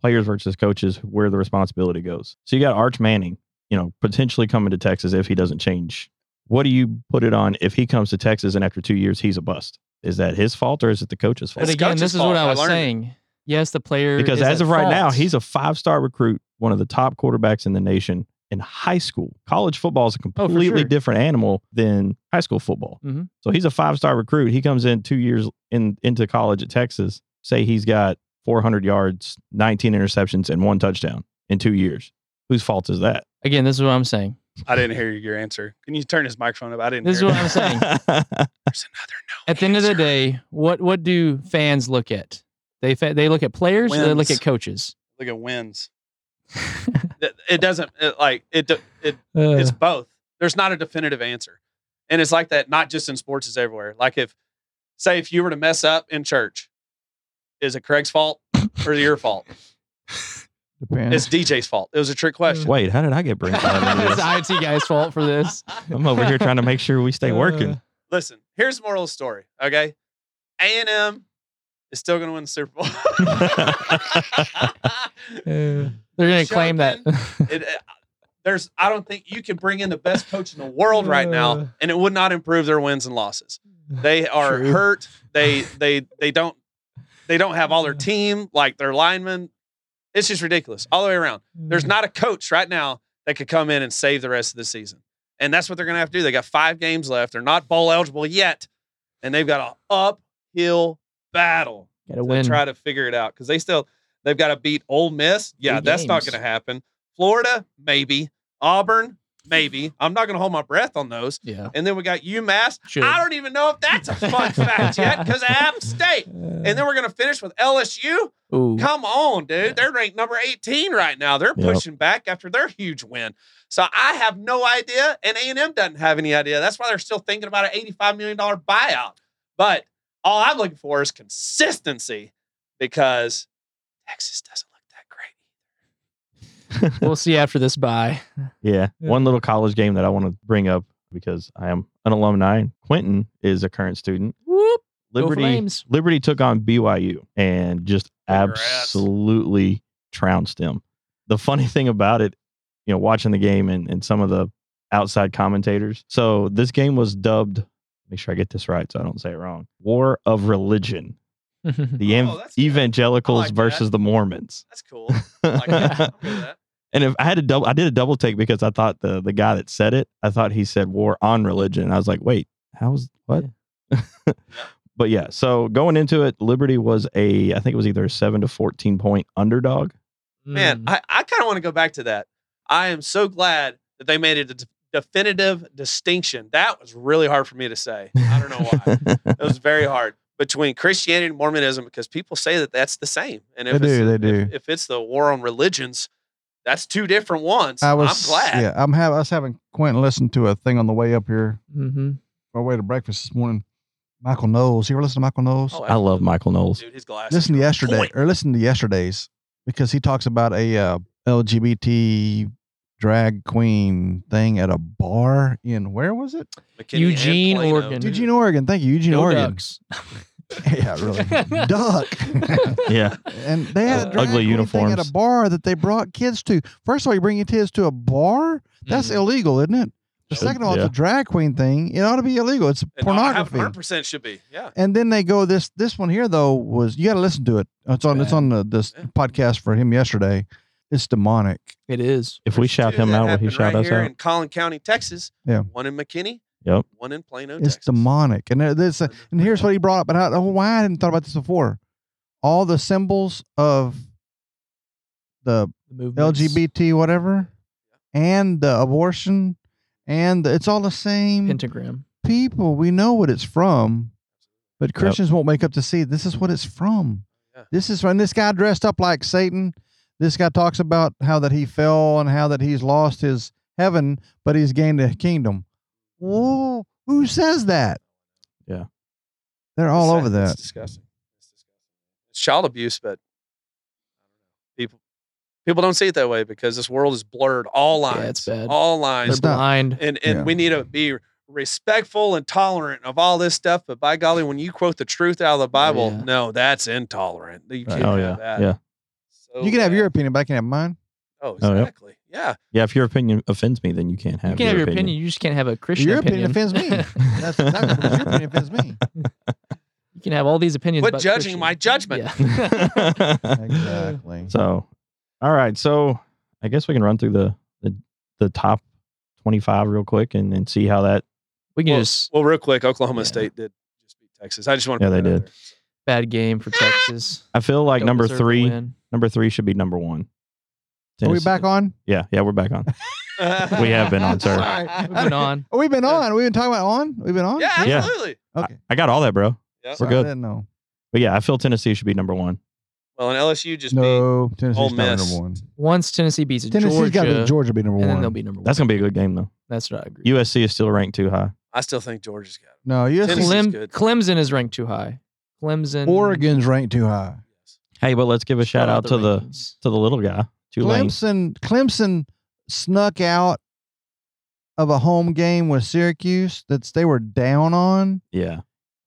S5: players versus coaches, where the responsibility goes. So you got Arch Manning, you know, potentially coming to Texas if he doesn't change. What do you put it on if he comes to Texas and after two years he's a bust? Is that his fault or is it the coach's
S6: But
S5: fault?
S1: It's
S6: again,
S1: coach's
S6: this is
S1: fault.
S6: what I
S1: I
S6: was
S1: learned it.
S6: saying. Yes, the player
S5: Because
S6: is
S5: as
S6: at
S5: of right now,
S6: fault.
S5: he's a five star recruit, one of the top quarterbacks in the nation in high school. College football is a
S6: Oh, for
S5: completely
S6: sure.
S5: different animal than high school football.
S6: Mhm.
S5: So he's a five star recruit. He comes in two years in into college at Texas. Say he's got 400 yards, 19 interceptions, and one touchdown in two years. Whose fault is that?
S6: again. This is what I'm saying.
S1: I didn't hear your answer. Can you turn his microphone up? I didn't.
S6: This is
S1: hear
S6: what
S1: it.
S6: I'm saying.
S1: There's another no.
S6: At the end of the
S1: answer.
S6: day, what what do fans look at? They fa- they look at players. Or they look
S1: Wins.
S6: at coaches.
S1: look at wins. It- it doesn't it, like it. do- It it's both. There's not a definitive answer, and it's like that. Not just in sports, it's everywhere. Like if say if you were to mess up in church, is it Craig's fault or is it your fault? It's
S3: Depends.
S1: DJ's fault. It was a trick question.
S5: Wait, how did I get brainchild into
S6: it's
S5: this?
S6: the IT guy's fault for this. Uh,
S5: I'm over here trying to make sure we stay working.
S1: Listen, here's the moral of the story. Okay, A and M is still going to win the Super Bowl.
S6: They're gonna claim that.
S1: It- uh, there's, I don't think you can bring in the best coach in the world right now, and it would not improve their wins and losses. They are
S6: True.
S1: hurt. They they they don't they don't have all their team like their linemen. It's just ridiculous all the way around. There's not a coach right now that could come in and save the rest of the season. And that's what they're going to have to do. They got five games left. They're not bowl eligible yet. And they've got an uphill battle
S6: gotta
S1: to
S6: win.
S1: try to figure it out because they still, they've got to beat Ole Miss. Yeah,
S6: Big
S1: that's not
S6: games.
S1: going to happen. Florida, maybe. Auburn, maybe. I'm not going to hold my breath on those.
S6: Yeah.
S1: And then we got UMass.
S6: Should.
S1: I don't even know if that's a fun fact yet because App State. And then we're going to finish with LSU.
S6: Uh, Ooh.
S1: Come on, dude.
S6: Yeah.
S1: They're ranked number 18 right now. They're
S5: Yep.
S1: pushing back after their huge win. So I have no idea, and A&M doesn't have any idea. That's why they're still thinking about an $85 million buyout. But all I'm looking for is consistency because Texas doesn't look that great.
S6: We'll see after this bye.
S5: Yeah. One little college game that I want to bring up because I am an alumni. Quentin is a current student.
S6: Whoop. Go
S5: Liberty
S6: Flames.
S5: Liberty took on BYU and just
S1: Congrats.
S5: absolutely trounced them. The funny thing about it, you know, watching the game and, and some of the outside commentators. So this game was dubbed, make sure I get this right so I don't say it wrong. War of Religion. The
S6: Mm-hmm.
S1: Oh,
S5: ev-
S1: that's good. I
S5: evangelicals
S1: like that.
S5: versus the Mormons.
S1: That's cool. I like that. I'm good with that.
S5: And if I had a double, I did a double take because I thought the the guy that said it, I thought he said war on religion. I was like, wait, how's what? but yeah, so going into it, Liberty was a, I think it was either a seven to fourteen point underdog.
S1: Man,
S6: Hmm.
S1: I, I kind of want to go back to that. I am so glad that they made it a d- definitive distinction. That was really hard for me to say. I don't know why. it was very hard between Christianity and Mormonism because people say that that's the same. And
S3: They
S1: if it's,
S3: do. They do.
S1: if it's the war on religions, that's two different ones.
S3: I was.
S1: I'm glad.
S3: Yeah, I'm have. I was having Quentin listen to a thing on the way up here,
S6: mm-hmm.
S3: our way to breakfast this morning. Michael Knowles. You ever listen to Michael Knowles?
S1: Oh,
S5: I love Michael Knowles.
S1: dude. His glasses.
S3: listen to yesterday
S1: point.
S3: or listen to yesterday's because he talks about a uh, LGBT drag queen thing at a bar in where was it?
S1: McKinney and
S6: Eugene,
S1: Plano.
S6: Oregon.
S1: Dude,
S3: Eugene, Oregon. Thank you, Eugene,
S6: Go
S3: Oregon.
S6: Ducks.
S3: yeah, really. Duck.
S5: Yeah.
S3: and they had a
S5: Uh,
S3: drag
S5: ugly
S3: queen thing at
S5: uniforms.
S3: a bar that they brought kids to. First of all, you bring your kids to a bar. That's illegal, isn't it? The
S5: Mm. Should-
S3: second of all,
S5: yeah.
S3: it's a drag queen thing. It ought to be illegal. It's
S1: And I have-
S3: pornography.
S1: 100% should be. Yeah.
S3: And then they go this this one here though was you got to listen to it. It's on it's on the, this
S1: Yeah.
S3: podcast for him yesterday. It's demonic.
S6: Mm-hmm. It is.
S5: If we shout
S1: Dude,
S5: him
S1: that
S5: out, will he
S1: happened
S5: shout
S1: right
S5: us
S1: here
S5: out?
S1: in Collin County, Texas.
S3: Yeah.
S1: One in McKinney.
S5: Yep.
S1: One in Plano,
S3: It's
S1: Texas.
S3: demonic. And there- this and here's what he brought up. And I don't know why I didn't thought about this before. All the symbols of the
S6: The movements.
S3: LGBT whatever, and the abortion, and the, it's all the same
S6: pentagram.
S3: people. We know what it's from, but Christians won't make up to see this is what it's from.
S1: Yeah.
S3: This is when this guy dressed up like Satan. This guy talks about how that he fell and how that he's lost his heaven, but he's gained a kingdom. Whoa, who says that?
S5: Yeah.
S3: They're all
S1: It's-
S3: over
S1: It's
S3: that.
S1: disgusting. It's disgusting. It's child abuse, but people people don't see it that way because this world is blurred. All lines.
S6: Yeah, it's bad.
S1: All
S6: They're
S1: lines.
S3: not-
S6: blind.
S1: and and
S3: Yeah.
S1: we need to be respectful and tolerant of all this stuff. But by golly, when you quote the truth out of the Bible,
S6: Yeah.
S1: no, that's intolerant. You
S3: Right.
S1: can't
S5: Oh
S1: have
S5: yeah,
S1: that.
S5: yeah,
S1: So
S3: You can have
S1: bad.
S3: your opinion, but I can have mine.
S1: Oh,
S5: Oh, yeah.
S1: exactly. Yeah.
S5: yeah. If your opinion offends me, then you can't have.
S6: you can have your opinion. You just can't have a Christian
S3: Your
S6: opinion.
S3: opinion offends That's exactly what your opinion offends me.
S6: you can have all these opinions.
S1: Quit
S6: about
S1: judging
S6: Christian.
S1: my judgment.
S3: Exactly.
S5: so, all right. So, I guess we can run through the the, the top twenty five real quick and, and see how that.
S6: We can
S1: Well,
S6: just
S1: well, real quick, Oklahoma
S6: Yeah.
S1: State did just beat Texas. I just want to
S5: Yeah, they did.
S6: bad game for Texas.
S5: I feel like
S6: Don't
S5: number
S6: deserve to
S5: three,
S6: win.
S5: number three should be number one.
S3: Are we
S5: Tennessee-
S3: back on?
S5: Yeah, yeah, we're back on. We have been on, sir.
S3: Sorry.
S6: Moving on.
S3: Oh, we've been on. We've been talking about on. We've been on.
S1: Yeah,
S5: Yeah.
S1: absolutely.
S3: Okay.
S5: I, I got all that, bro.
S1: Yeah.
S5: We're
S3: Sorry, I
S5: good.
S3: didn't know.
S5: But yeah, I feel Tennessee should be number one.
S1: Well, and LSU just beat.
S3: No, Tennessee's not
S1: Miss.
S3: number one.
S6: Once Tennessee beats
S3: Tennessee's
S6: Georgia,
S3: got to be Georgia be number
S6: and then
S3: one.
S6: they'll be number one.
S5: That's gonna be a good game though.
S6: That's what I agree.
S5: USC is still ranked too high.
S1: I still think Georgia's got it.
S3: no, USC.
S1: Tennessee's
S6: Clem,
S1: good.
S6: Clemson is ranked too high. Clemson,
S3: Oregon's ranked too high.
S5: Hey, but let's give a shout out to the
S6: rankings.
S5: to the little guy, Tulane.
S3: Clemson. Clemson snuck out of a home game with Syracuse that they were down on,
S5: Yeah,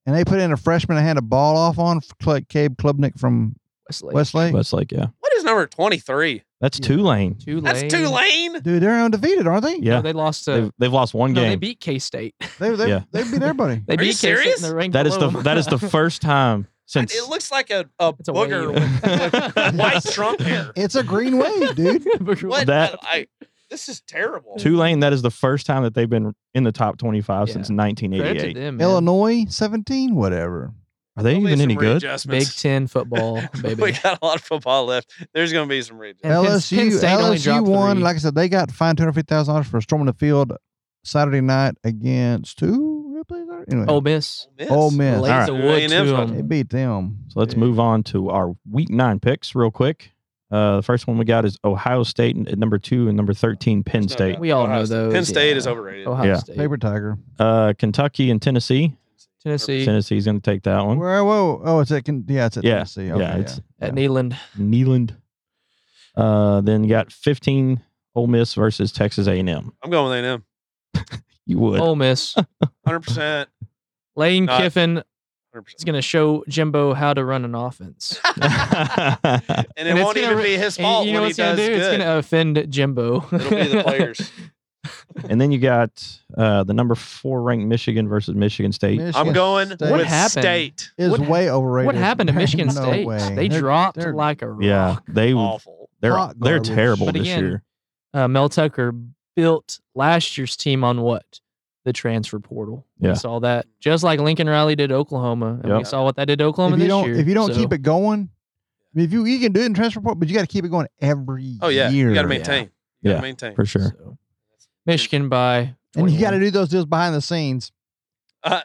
S3: and they put in a freshman I had a ball off on, Cl- Cabe Klubnik from
S6: Westlake.
S3: Westlake.
S5: Westlake. Yeah,
S1: What is number 23?
S5: that's
S3: Yeah.
S5: Tulane.
S6: Tulane.
S1: That's Tulane.
S3: Dude, they're undefeated, aren't they?
S5: Yeah,
S6: No, they lost to.
S5: they've, they've lost one
S6: uh, no, they
S5: game.
S6: beat K State.
S3: They they,
S5: Yeah.
S3: they beat everybody.
S6: They
S1: Are you
S6: beat K State.
S1: serious?
S6: They're ranked
S5: that is the
S6: below them.
S5: that is the first time since.
S1: It looks like a, a
S6: It's a wave.
S1: booger with, with white Trump hair.
S3: it's a green wave, dude.
S6: Booger-
S1: What?
S5: That-
S1: I, this is terrible.
S5: Tulane, that is the first time that they've been in the top 25
S6: Yeah.
S5: since
S6: Credit to
S5: 1988.
S6: them, man.
S3: Illinois, seventeen, whatever.
S5: Are they
S1: There'll be
S5: even
S1: some
S5: any good?
S6: Big
S1: readjustments.
S6: Ten football,
S1: we
S6: baby.
S1: got a lot of football left. There's going to be some readjustments.
S6: And Penn-
S3: LSU,
S6: Penn State only
S3: LSU
S6: dropped
S3: won.
S6: three.
S3: Like I said, they got fined two hundred fifty thousand dollars for storming the field Saturday night against who? Anyway,
S6: Ole Miss.
S3: Ole Miss.
S6: Laid
S5: All
S6: the
S1: right.
S6: wood to um,
S1: A&M's about
S6: 'em.
S3: They beat them.
S5: So let's move on to our week nine picks real quick. Uh, the first one we got is Ohio State at number two and number 13, Penn
S1: It's not
S5: State.
S1: bad.
S6: We all
S1: Ohio
S6: know
S1: State.
S6: those,
S1: Penn State
S6: yeah.
S1: is overrated.
S6: Ohio
S5: Yeah.
S6: State.
S3: Paper Tiger.
S5: Uh, Kentucky and Tennessee.
S6: Tennessee
S5: Tennessee's going to take that one.
S3: Where? Whoa! Oh, it's at. Ken- Yeah, it's at
S5: Yeah,
S3: Tennessee. Okay,
S5: yeah, it's
S6: at Neyland.
S5: Neyland. Uh, then you got 15 Ole Miss versus Texas A&M.
S1: I'm going with A&M.
S5: You would.
S1: Oh.
S6: Ole Miss.
S1: 100%.
S6: Lane
S1: Not-
S6: Kiffin
S1: 100%.
S6: is going to show Jimbo how to run an offense.
S1: And it
S6: And it's
S1: won't
S6: gonna
S1: even
S6: re-
S1: be his
S6: And
S1: fault
S6: you know
S1: when
S6: what
S1: he
S6: it's gonna
S1: does
S6: do?
S1: good.
S6: It's going to offend Jimbo.
S1: It'll be the players.
S5: and then you got uh, the number four ranked Michigan versus Michigan State.
S1: I'm going
S3: State
S6: What
S1: with
S6: happened?
S1: State.
S3: is
S6: What-
S3: way overrated.
S6: what happened to
S3: There ain't
S6: Michigan
S3: no
S6: State?
S3: way.
S6: They
S3: They're-
S6: dropped
S3: they're-
S6: like a rock.
S5: Yeah, they
S1: Awful.
S5: they're
S3: Hot
S5: they're
S3: garbage.
S5: terrible
S6: But
S5: this
S6: again,
S5: year.
S6: Uh, Mel Tucker built last year's team on what? The transfer portal.
S5: Yeah.
S6: We saw that. Just like Lincoln Riley did Oklahoma. And we
S5: Yep.
S6: saw what that did to Oklahoma
S3: If you
S6: this
S3: don't,
S6: year.
S3: if you don't
S6: So,
S3: keep it going, I mean, if you you can do it in transfer port, but you got to keep it going every
S1: Oh, yeah.
S3: year.
S1: You got to maintain. You got to
S5: Yeah.
S1: maintain.
S5: For sure.
S6: so. Michigan by.
S3: and you got
S6: 21.
S3: to do those deals behind the scenes.
S5: then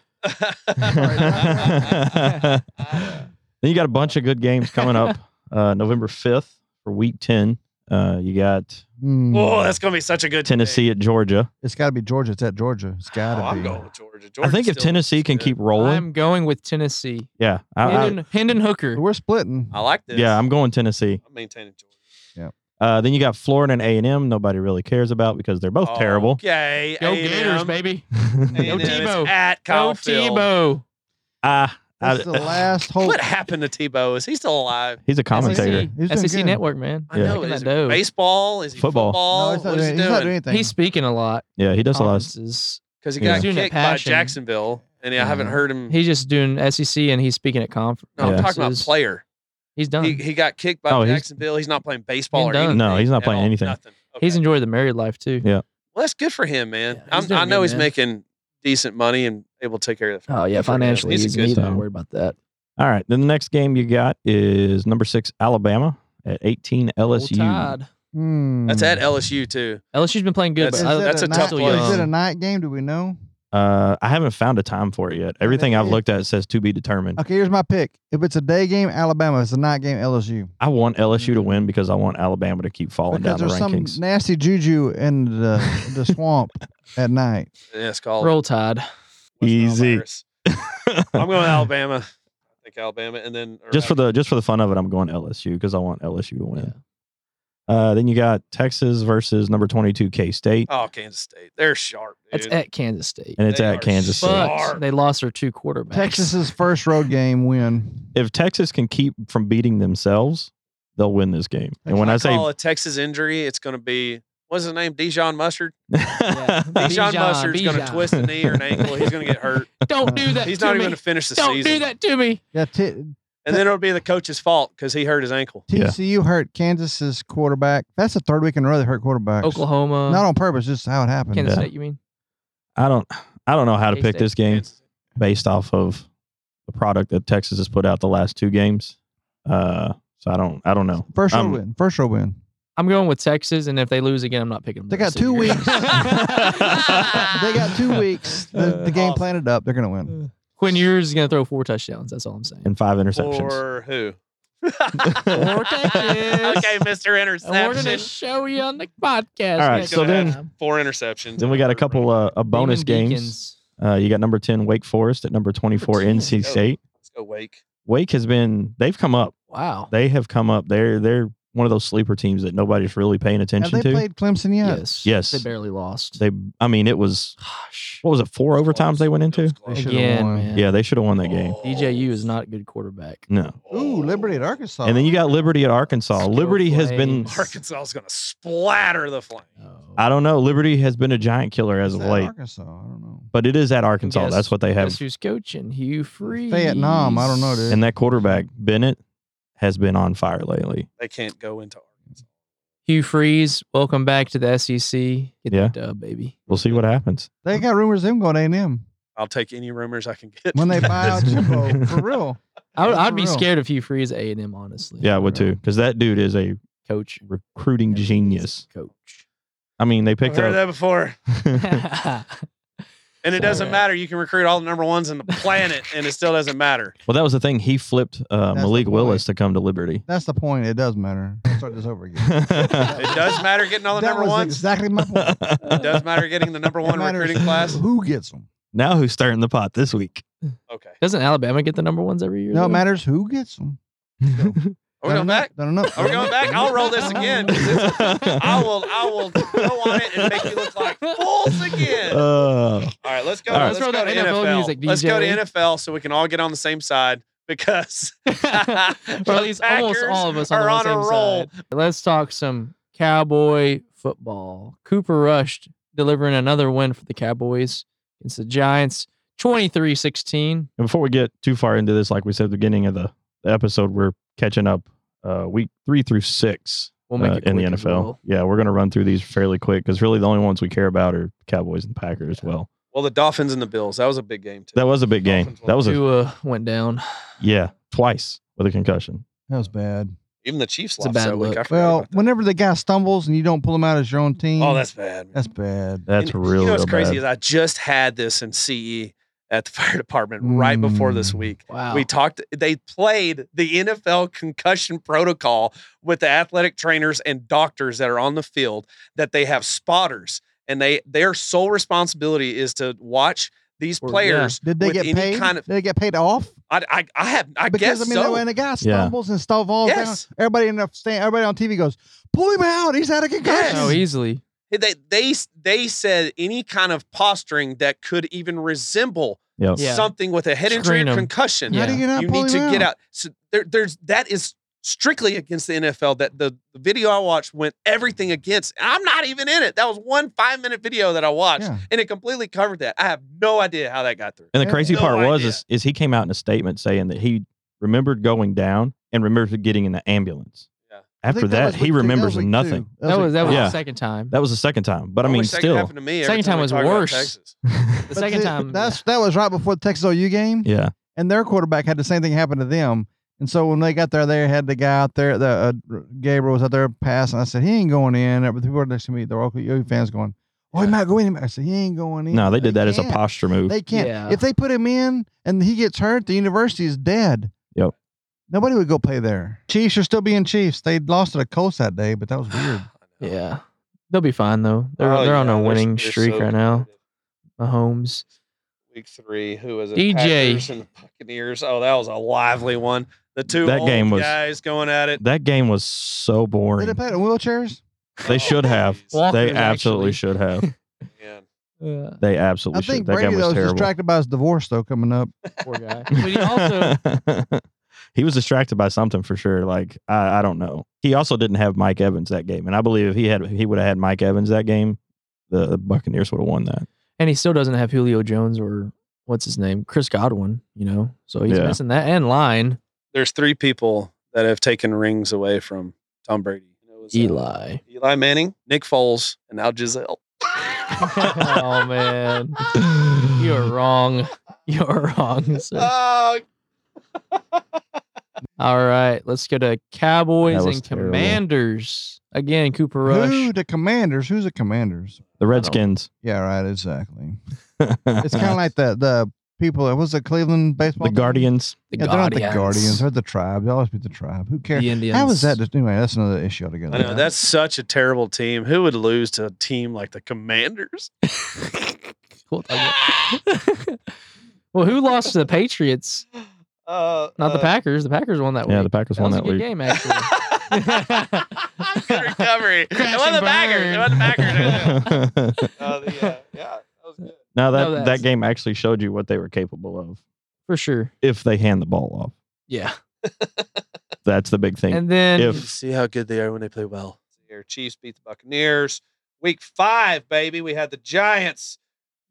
S5: you got a bunch of good games coming up. Uh, November fifth for Week Ten. Uh, you got
S3: Hmm.
S1: oh, that's going to be such a good
S5: Tennessee at Georgia.
S3: It's got to be Georgia. It's at Georgia. It's
S1: Day.
S3: got
S1: Oh,
S3: to
S1: I'm
S3: be.
S1: going with Georgia.
S5: I
S1: Georgia
S5: think if Tennessee can keep rolling,
S6: I'm going with Tennessee.
S5: yeah, I, I,
S6: Hendon, Hendon Hooker.
S3: We're splitting.
S1: I like this.
S5: yeah, I'm going Tennessee.
S1: I'm maintaining Georgia.
S5: Uh, then you got Florida and A and M. Nobody really cares about because they're
S1: Oh,
S5: both terrible.
S1: Okay.
S6: Go
S1: A&M.
S6: Gators, baby.
S1: A&M is
S6: Tebow.
S1: At
S6: Go
S1: Caulfield.
S6: Tebow.
S5: Ah, I-
S3: That's the last hope.
S1: What happened to Tebow? Is he still alive?
S5: he's a commentator.
S6: SEC,
S3: He's doing
S6: SEC
S3: good.
S6: E Network, man.
S1: I
S5: Yeah.
S1: know.
S6: Making
S1: Is
S6: that
S1: it
S6: dough.
S1: baseball? Is he
S5: Football.
S1: football?
S3: No, he's not,
S1: Oh, what is
S3: doing,
S1: he
S3: he's not
S1: doing?
S3: doing anything.
S6: He's speaking a lot.
S5: Yeah, he does a lot. Of,
S6: Conferences.
S1: Because he
S5: Yeah.
S1: got
S6: He's doing it
S1: kicked by
S6: passion.
S1: Jacksonville, and I haven't
S5: Yeah.
S1: heard him.
S6: He's just doing SEC and he's speaking at conference.
S1: no, I'm talking about
S6: conferences.
S1: player.
S6: He's done.
S1: He, he got kicked by
S5: Oh, he's-
S1: Jacksonville. He's not playing baseball
S6: He's
S1: or
S6: done.
S1: anything.
S5: No, he's not
S1: at
S5: playing
S1: all.
S5: anything.
S1: Nothing. Okay.
S6: He's enjoyed the married life too.
S5: Yeah.
S1: well, that's good for him, man.
S6: Yeah, he's
S1: I'm,
S6: doing
S1: I know
S6: good,
S1: he's
S6: man.
S1: making decent money and able to take care of the
S6: Oh yeah,
S1: Good for him.
S6: financially
S1: He's a
S6: he's,
S1: good
S6: he's not
S5: dude.
S6: worried about that.
S5: all right. Then the next game you got is number six Alabama at eighteen LSU.
S3: Hmm.
S1: That's at LSU too.
S6: LSU's been playing good,
S3: Is
S1: That's-
S6: but I,
S3: it
S1: that's
S3: a
S1: a
S3: night-
S1: tough place.
S3: Is it a night game? Do we know?
S5: Uh, I haven't found a time for it yet. Everything I've
S3: is.
S5: looked at says to be determined.
S3: Okay, here's my pick. If it's a day game, Alabama. If it's a night game, LSU.
S5: I want LSU to win because I want Alabama to keep falling
S3: Because
S5: down the
S3: there's some
S5: rankings.
S3: nasty juju in the, the swamp at night.
S1: Yeah, it's called
S6: roll tide.
S1: West
S5: Easy.
S1: Elmhurst. I'm going to Alabama. I think Alabama, and then or uh,
S5: just for the just for the fun of it, I'm going LSU because I want LSU to win. Uh, then you got Texas versus number 22 K State,
S1: oh Kansas State. They're sharp.
S6: That's
S1: dude.
S6: at Kansas State.
S5: and it's
S1: they
S5: at
S1: are
S5: Kansas State.
S1: so-
S6: But
S1: Sharp.
S6: they lost their two quarterbacks.
S3: Texas's first road game win.
S5: If Texas can keep from beating themselves, they'll win this game. And when I, say
S1: call a Texas injury, it's going to be what's his name? Dijon Mustard.
S6: Bijan,
S1: Dijon Mustard's going to
S6: Bijan.
S1: twist a knee or an ankle. He's going to get hurt.
S6: Don't do that.
S1: He's
S6: to
S1: not even
S6: me.
S1: going to finish the
S6: Don't
S1: season.
S6: do that to me.
S3: Yeah, T-
S1: And then it'll be the coach's fault because he hurt his ankle.
S5: Yeah.
S3: TCU hurt Kansas's quarterback. That's the third week in a row they hurt quarterbacks.
S6: Oklahoma,
S3: Not on purpose, just how it happened.
S6: Kansas
S5: Yeah.
S6: State. You mean?
S5: I don't, I don't know how to pick
S6: K-State.
S5: this game based off of the product that Texas has put out the last two games. Uh, so I don't, I don't know.
S3: First road
S5: Um,
S3: win. First road win.
S6: I'm going with Texas, and if they lose again, I'm not picking them.
S3: They
S6: the
S3: got
S6: rest of the
S3: two
S6: year.
S3: weeks. They got two weeks. The, the game
S1: Awesome.
S3: plan it up. They're gonna win.
S1: Uh,
S6: Quinn Ewers is going to throw four touchdowns. That's all I'm saying.
S5: And five interceptions.
S1: Or who?
S6: Four touchdowns.
S7: Okay,
S6: And
S7: Mr.
S6: we're
S7: Interception.
S6: gonna show you on the podcast.
S5: All right,
S6: next
S5: so then-
S6: time.
S1: Four interceptions.
S5: Then we got a couple uh, a bonus
S6: Demon
S5: games.
S6: Deacons.
S5: Uh, you got number 10 Wake Forest at number 24 NC
S1: 10,
S5: State.
S1: Let's go Wake.
S5: Wake has been they've come up.
S6: Wow.
S5: They have come up. They're they're one of those sleeper teams that nobody's really paying
S3: Have
S5: attention
S3: they
S5: to.
S3: played Clemson yet?
S6: Yes.
S5: Yes.
S6: They barely lost.
S5: they I mean it was
S6: Gosh.
S5: what was it four
S1: It was
S5: overtimes they
S1: close.
S5: went
S1: It was
S5: into?
S1: close.
S3: They should've
S6: Again,
S3: won.
S6: man.
S5: Yeah, they should have won that game.
S6: DJU is not a good quarterback.
S5: No.
S3: Ooh, Liberty at Arkansas.
S5: And then you got Liberty at Arkansas. Liberty has been
S6: Flames.
S1: Arkansas is going to splatter the flame.
S5: Mm. I don't know, Liberty has been a giant killer as
S3: Is
S5: of
S3: that
S5: late,
S3: Arkansas. I don't know.
S5: but it is at Arkansas.
S6: Guess-
S5: That's what they have.
S6: Guess who's coaching? Hugh Freeze.
S3: Vietnam, I don't know, dude.
S5: And that quarterback Bennett has been on fire lately.
S1: They can't go into Arkansas.
S6: Hugh Freeze, welcome back to the SEC. Get
S5: Yeah.
S6: that dub, baby.
S5: We'll see what happens.
S3: They got rumors of him going to A&M
S1: I'll take any rumors I can get.
S3: when they buy out Jimbo for real.
S6: I would,
S3: Yeah,
S6: I'd
S3: for
S6: be
S3: real.
S6: scared of Hugh Freeze at A&M, honestly.
S5: Yeah, I would too, because that dude is a
S6: Coach.
S5: recruiting genius.
S6: Coach.
S5: I mean, they
S1: I've
S5: picked
S1: heard
S5: up.
S1: that before. And it
S6: So-
S1: doesn't matter. You can recruit all the number ones in the planet, and it still doesn't matter.
S5: Well, that was the thing. He flipped uh,
S3: That's the
S5: Malik
S3: point.
S5: Willis to come to Liberty.
S3: That's the point. It does matter. Let's start this over again.
S1: It does matter getting all the
S3: that
S1: number
S3: was
S1: ones.
S3: exactly my point. It
S1: It does matter getting the number one
S3: matters
S1: recruiting class.
S3: Who gets them?
S5: now who's stirring the pot this week?
S1: Okay.
S6: Doesn't Alabama get the number ones every year?
S3: No, it
S6: though?
S3: matters who gets them.
S1: Are we going back? Are we going back? I'll roll this again. I will. I will go on it and make you look like fools again. All
S5: Uh,
S1: right, let's go.
S5: all right.
S1: Let's,
S6: Let's
S1: go to
S6: throw that NFL
S1: NFL.
S6: music,
S1: Let's go to
S6: DJ.
S1: NFL so we can all get on the same side because
S6: or at least almost all of us on
S1: are
S6: the
S1: on
S6: same
S1: a roll.
S6: side. Let's talk some cowboy football. Cooper Rush delivering another win for the Cowboys against the Giants, 23-16.
S5: and before we get too far into this, like we said at the beginning of the episode, we're catching up uh, week three through six
S6: We'll make
S5: uh,
S6: it
S5: in the
S6: quick as
S5: NFL.
S6: well.
S5: Yeah, we're going to run through these fairly quick because really the only ones we care about are Cowboys and Packers as well.
S1: Well, the Dolphins and the Bills. That was a big game too.
S5: That was a big game.
S1: Dolphins won
S5: That was a,
S6: Tua went down.
S5: yeah, twice with a concussion.
S3: That was bad.
S1: Even the Chiefs
S6: It's a
S1: lost
S6: bad
S1: that week. I
S6: look.
S1: forgot
S3: Well,
S1: about that.
S3: whenever the guy stumbles and you don't pull him out as your own team,
S1: oh, that's bad. man.
S3: that's bad.
S5: That's
S1: And
S5: really
S1: You know what's
S5: real
S1: crazy
S5: bad.
S1: is I just had this in CE at the fire department right before this
S3: Mm.
S1: week.
S6: Wow.
S1: We talked. They played the NFL concussion protocol with the athletic trainers and doctors that are on the field. That they have spotters, and they their sole responsibility is to watch these
S6: Or- yeah.
S1: players.
S3: Did they
S1: With
S3: get
S1: any
S3: paid?
S1: kind of-
S3: Did they get paid off?
S1: I, I, I have, I
S3: because
S1: guess
S3: I mean,
S1: so.
S3: when a guy
S5: Yeah.
S3: stumbles and stuff falls
S1: Yes.
S3: down, everybody in the stand, everybody on TV goes, "Pull him out! He's had a concussion."
S6: Oh, easily.
S1: they they they said any kind of posturing that could even resemble
S5: Yep.
S6: Yeah.
S1: something with a head injury
S6: Screen
S1: or
S6: 'em.
S1: concussion.
S3: How do
S6: Yeah.
S3: you not
S1: You
S3: pull
S1: need to
S3: him
S1: get out. So there, there's that is strictly against the NFL. That the, the video I watched went everything against. I'm not even in it. That was one five minute video that I watched,
S3: Yeah.
S1: and it completely covered that. I have no idea how that got through.
S5: And the crazy
S1: No
S5: part was
S1: idea.
S5: is, is he came out in a statement saying that he remembered going down and remembered getting in the ambulance.
S1: Yeah.
S3: I think
S5: After
S3: was
S5: that, he
S3: week two.
S5: remembers
S3: was week
S5: nothing.
S3: two.
S6: That was that was
S5: Yeah.
S6: the second time.
S5: That was the second time, but I, mean,
S1: wish that could
S5: still,
S1: happen to me every
S6: Second time
S1: we
S6: was
S1: talk about
S6: worse.
S1: Texas.
S6: the
S3: But
S6: second
S3: see,
S6: time.
S3: That's that was right before the Texas OU game,
S5: yeah,
S3: and their quarterback had the same thing happen to them. And so when they got there, they had the guy out there. The uh, Gabriel was out there passing. I said he ain't going in. But people were next to me, the OU fans going, "Oh, he
S1: Yeah.
S3: might go in." He might-" I said he ain't going in.
S5: no, they did that as a
S3: can't.
S5: posture move.
S3: They can't.
S6: Yeah.
S3: If they put him in and he gets hurt, the university is dead.
S5: Yep.
S3: Nobody would go play there. Chiefs are still being Chiefs. They lost to the Colts that day, but that was weird.
S6: yeah. They'll be fine though. They're
S1: Oh,
S6: they're on
S1: yeah,
S6: a winning
S1: they're
S6: streak
S1: so
S6: right now.
S1: competitive.
S6: Mahomes.
S1: Week three, who was it?
S6: DJ.
S1: Packers and the Buccaneers. Oh, that was a lively one. The two
S5: That
S1: old
S5: game was-
S1: guys going at it.
S5: that game was so
S3: Did they
S5: boring.
S3: play it in wheelchairs?
S1: Oh,
S5: They should have.
S1: geez.
S6: Walkers,
S5: They absolutely
S6: actually.
S5: should have.
S1: Man.
S6: Uh,
S5: They
S3: I
S5: absolutely
S3: think
S5: should. That
S3: Brady
S5: game
S3: though
S5: was
S3: was
S5: terrible.
S3: distracted by his divorce though coming up.
S6: poor guy. But he also
S5: he was distracted by something for sure. Like I, I don't know. He also didn't have Mike Evans that game, and I believe if he had, he would have had Mike Evans that game. The, the Buccaneers would have won that.
S6: and he still doesn't have Julio Jones or what's his name? Chris Godwin, you know. So he's
S5: Yeah.
S6: missing that and line.
S1: There's three people that have taken rings away from Tom Brady. It was, uh,
S6: Eli.
S1: Eli Manning, Nick Foles, and now Giselle.
S6: oh man. You're wrong. You're wrong. sir.
S1: Oh,
S6: All right, let's go to Cowboys
S5: That was
S6: and
S5: terrible.
S6: Commanders. Again, Cooper Rush.
S3: Who the Commanders? Who's the Commanders?
S5: The Redskins.
S3: Yeah, right. Exactly.
S5: it's
S3: It's kind of like the the people. It was the Cleveland baseball.
S5: the
S3: team?
S5: Guardians.
S6: The
S3: Yeah, they're not the Guardians. They're the tribe. They always be the tribe. Who cares?
S6: The Indians.
S3: How is that? Anyway, that's another issue altogether.
S1: I know that's such a terrible team. Who would lose to a team like the Commanders?
S6: Cool. well, who lost to the Patriots?
S1: Uh,
S6: Not the
S1: uh,
S6: Packers. The Packers won that
S5: Yeah, the
S6: week.
S5: Packers won
S6: was
S5: that
S6: a good
S5: week.
S6: game, actually.
S1: Good recovery. It
S6: Crash
S1: wasn't
S6: and
S1: the Packers. It
S6: burn.
S1: wasn't the Packers.
S5: now
S1: Uh, the, uh, yeah, that was good.
S5: that
S6: that's-
S5: that game actually showed you what they were capable of
S6: For sure.
S5: if they hand the ball off.
S6: Yeah.
S5: That's the big thing.
S6: And then
S5: If-
S1: see how good they are when they play well. Your Chiefs beat the Buccaneers. Week five, baby, we had the Giants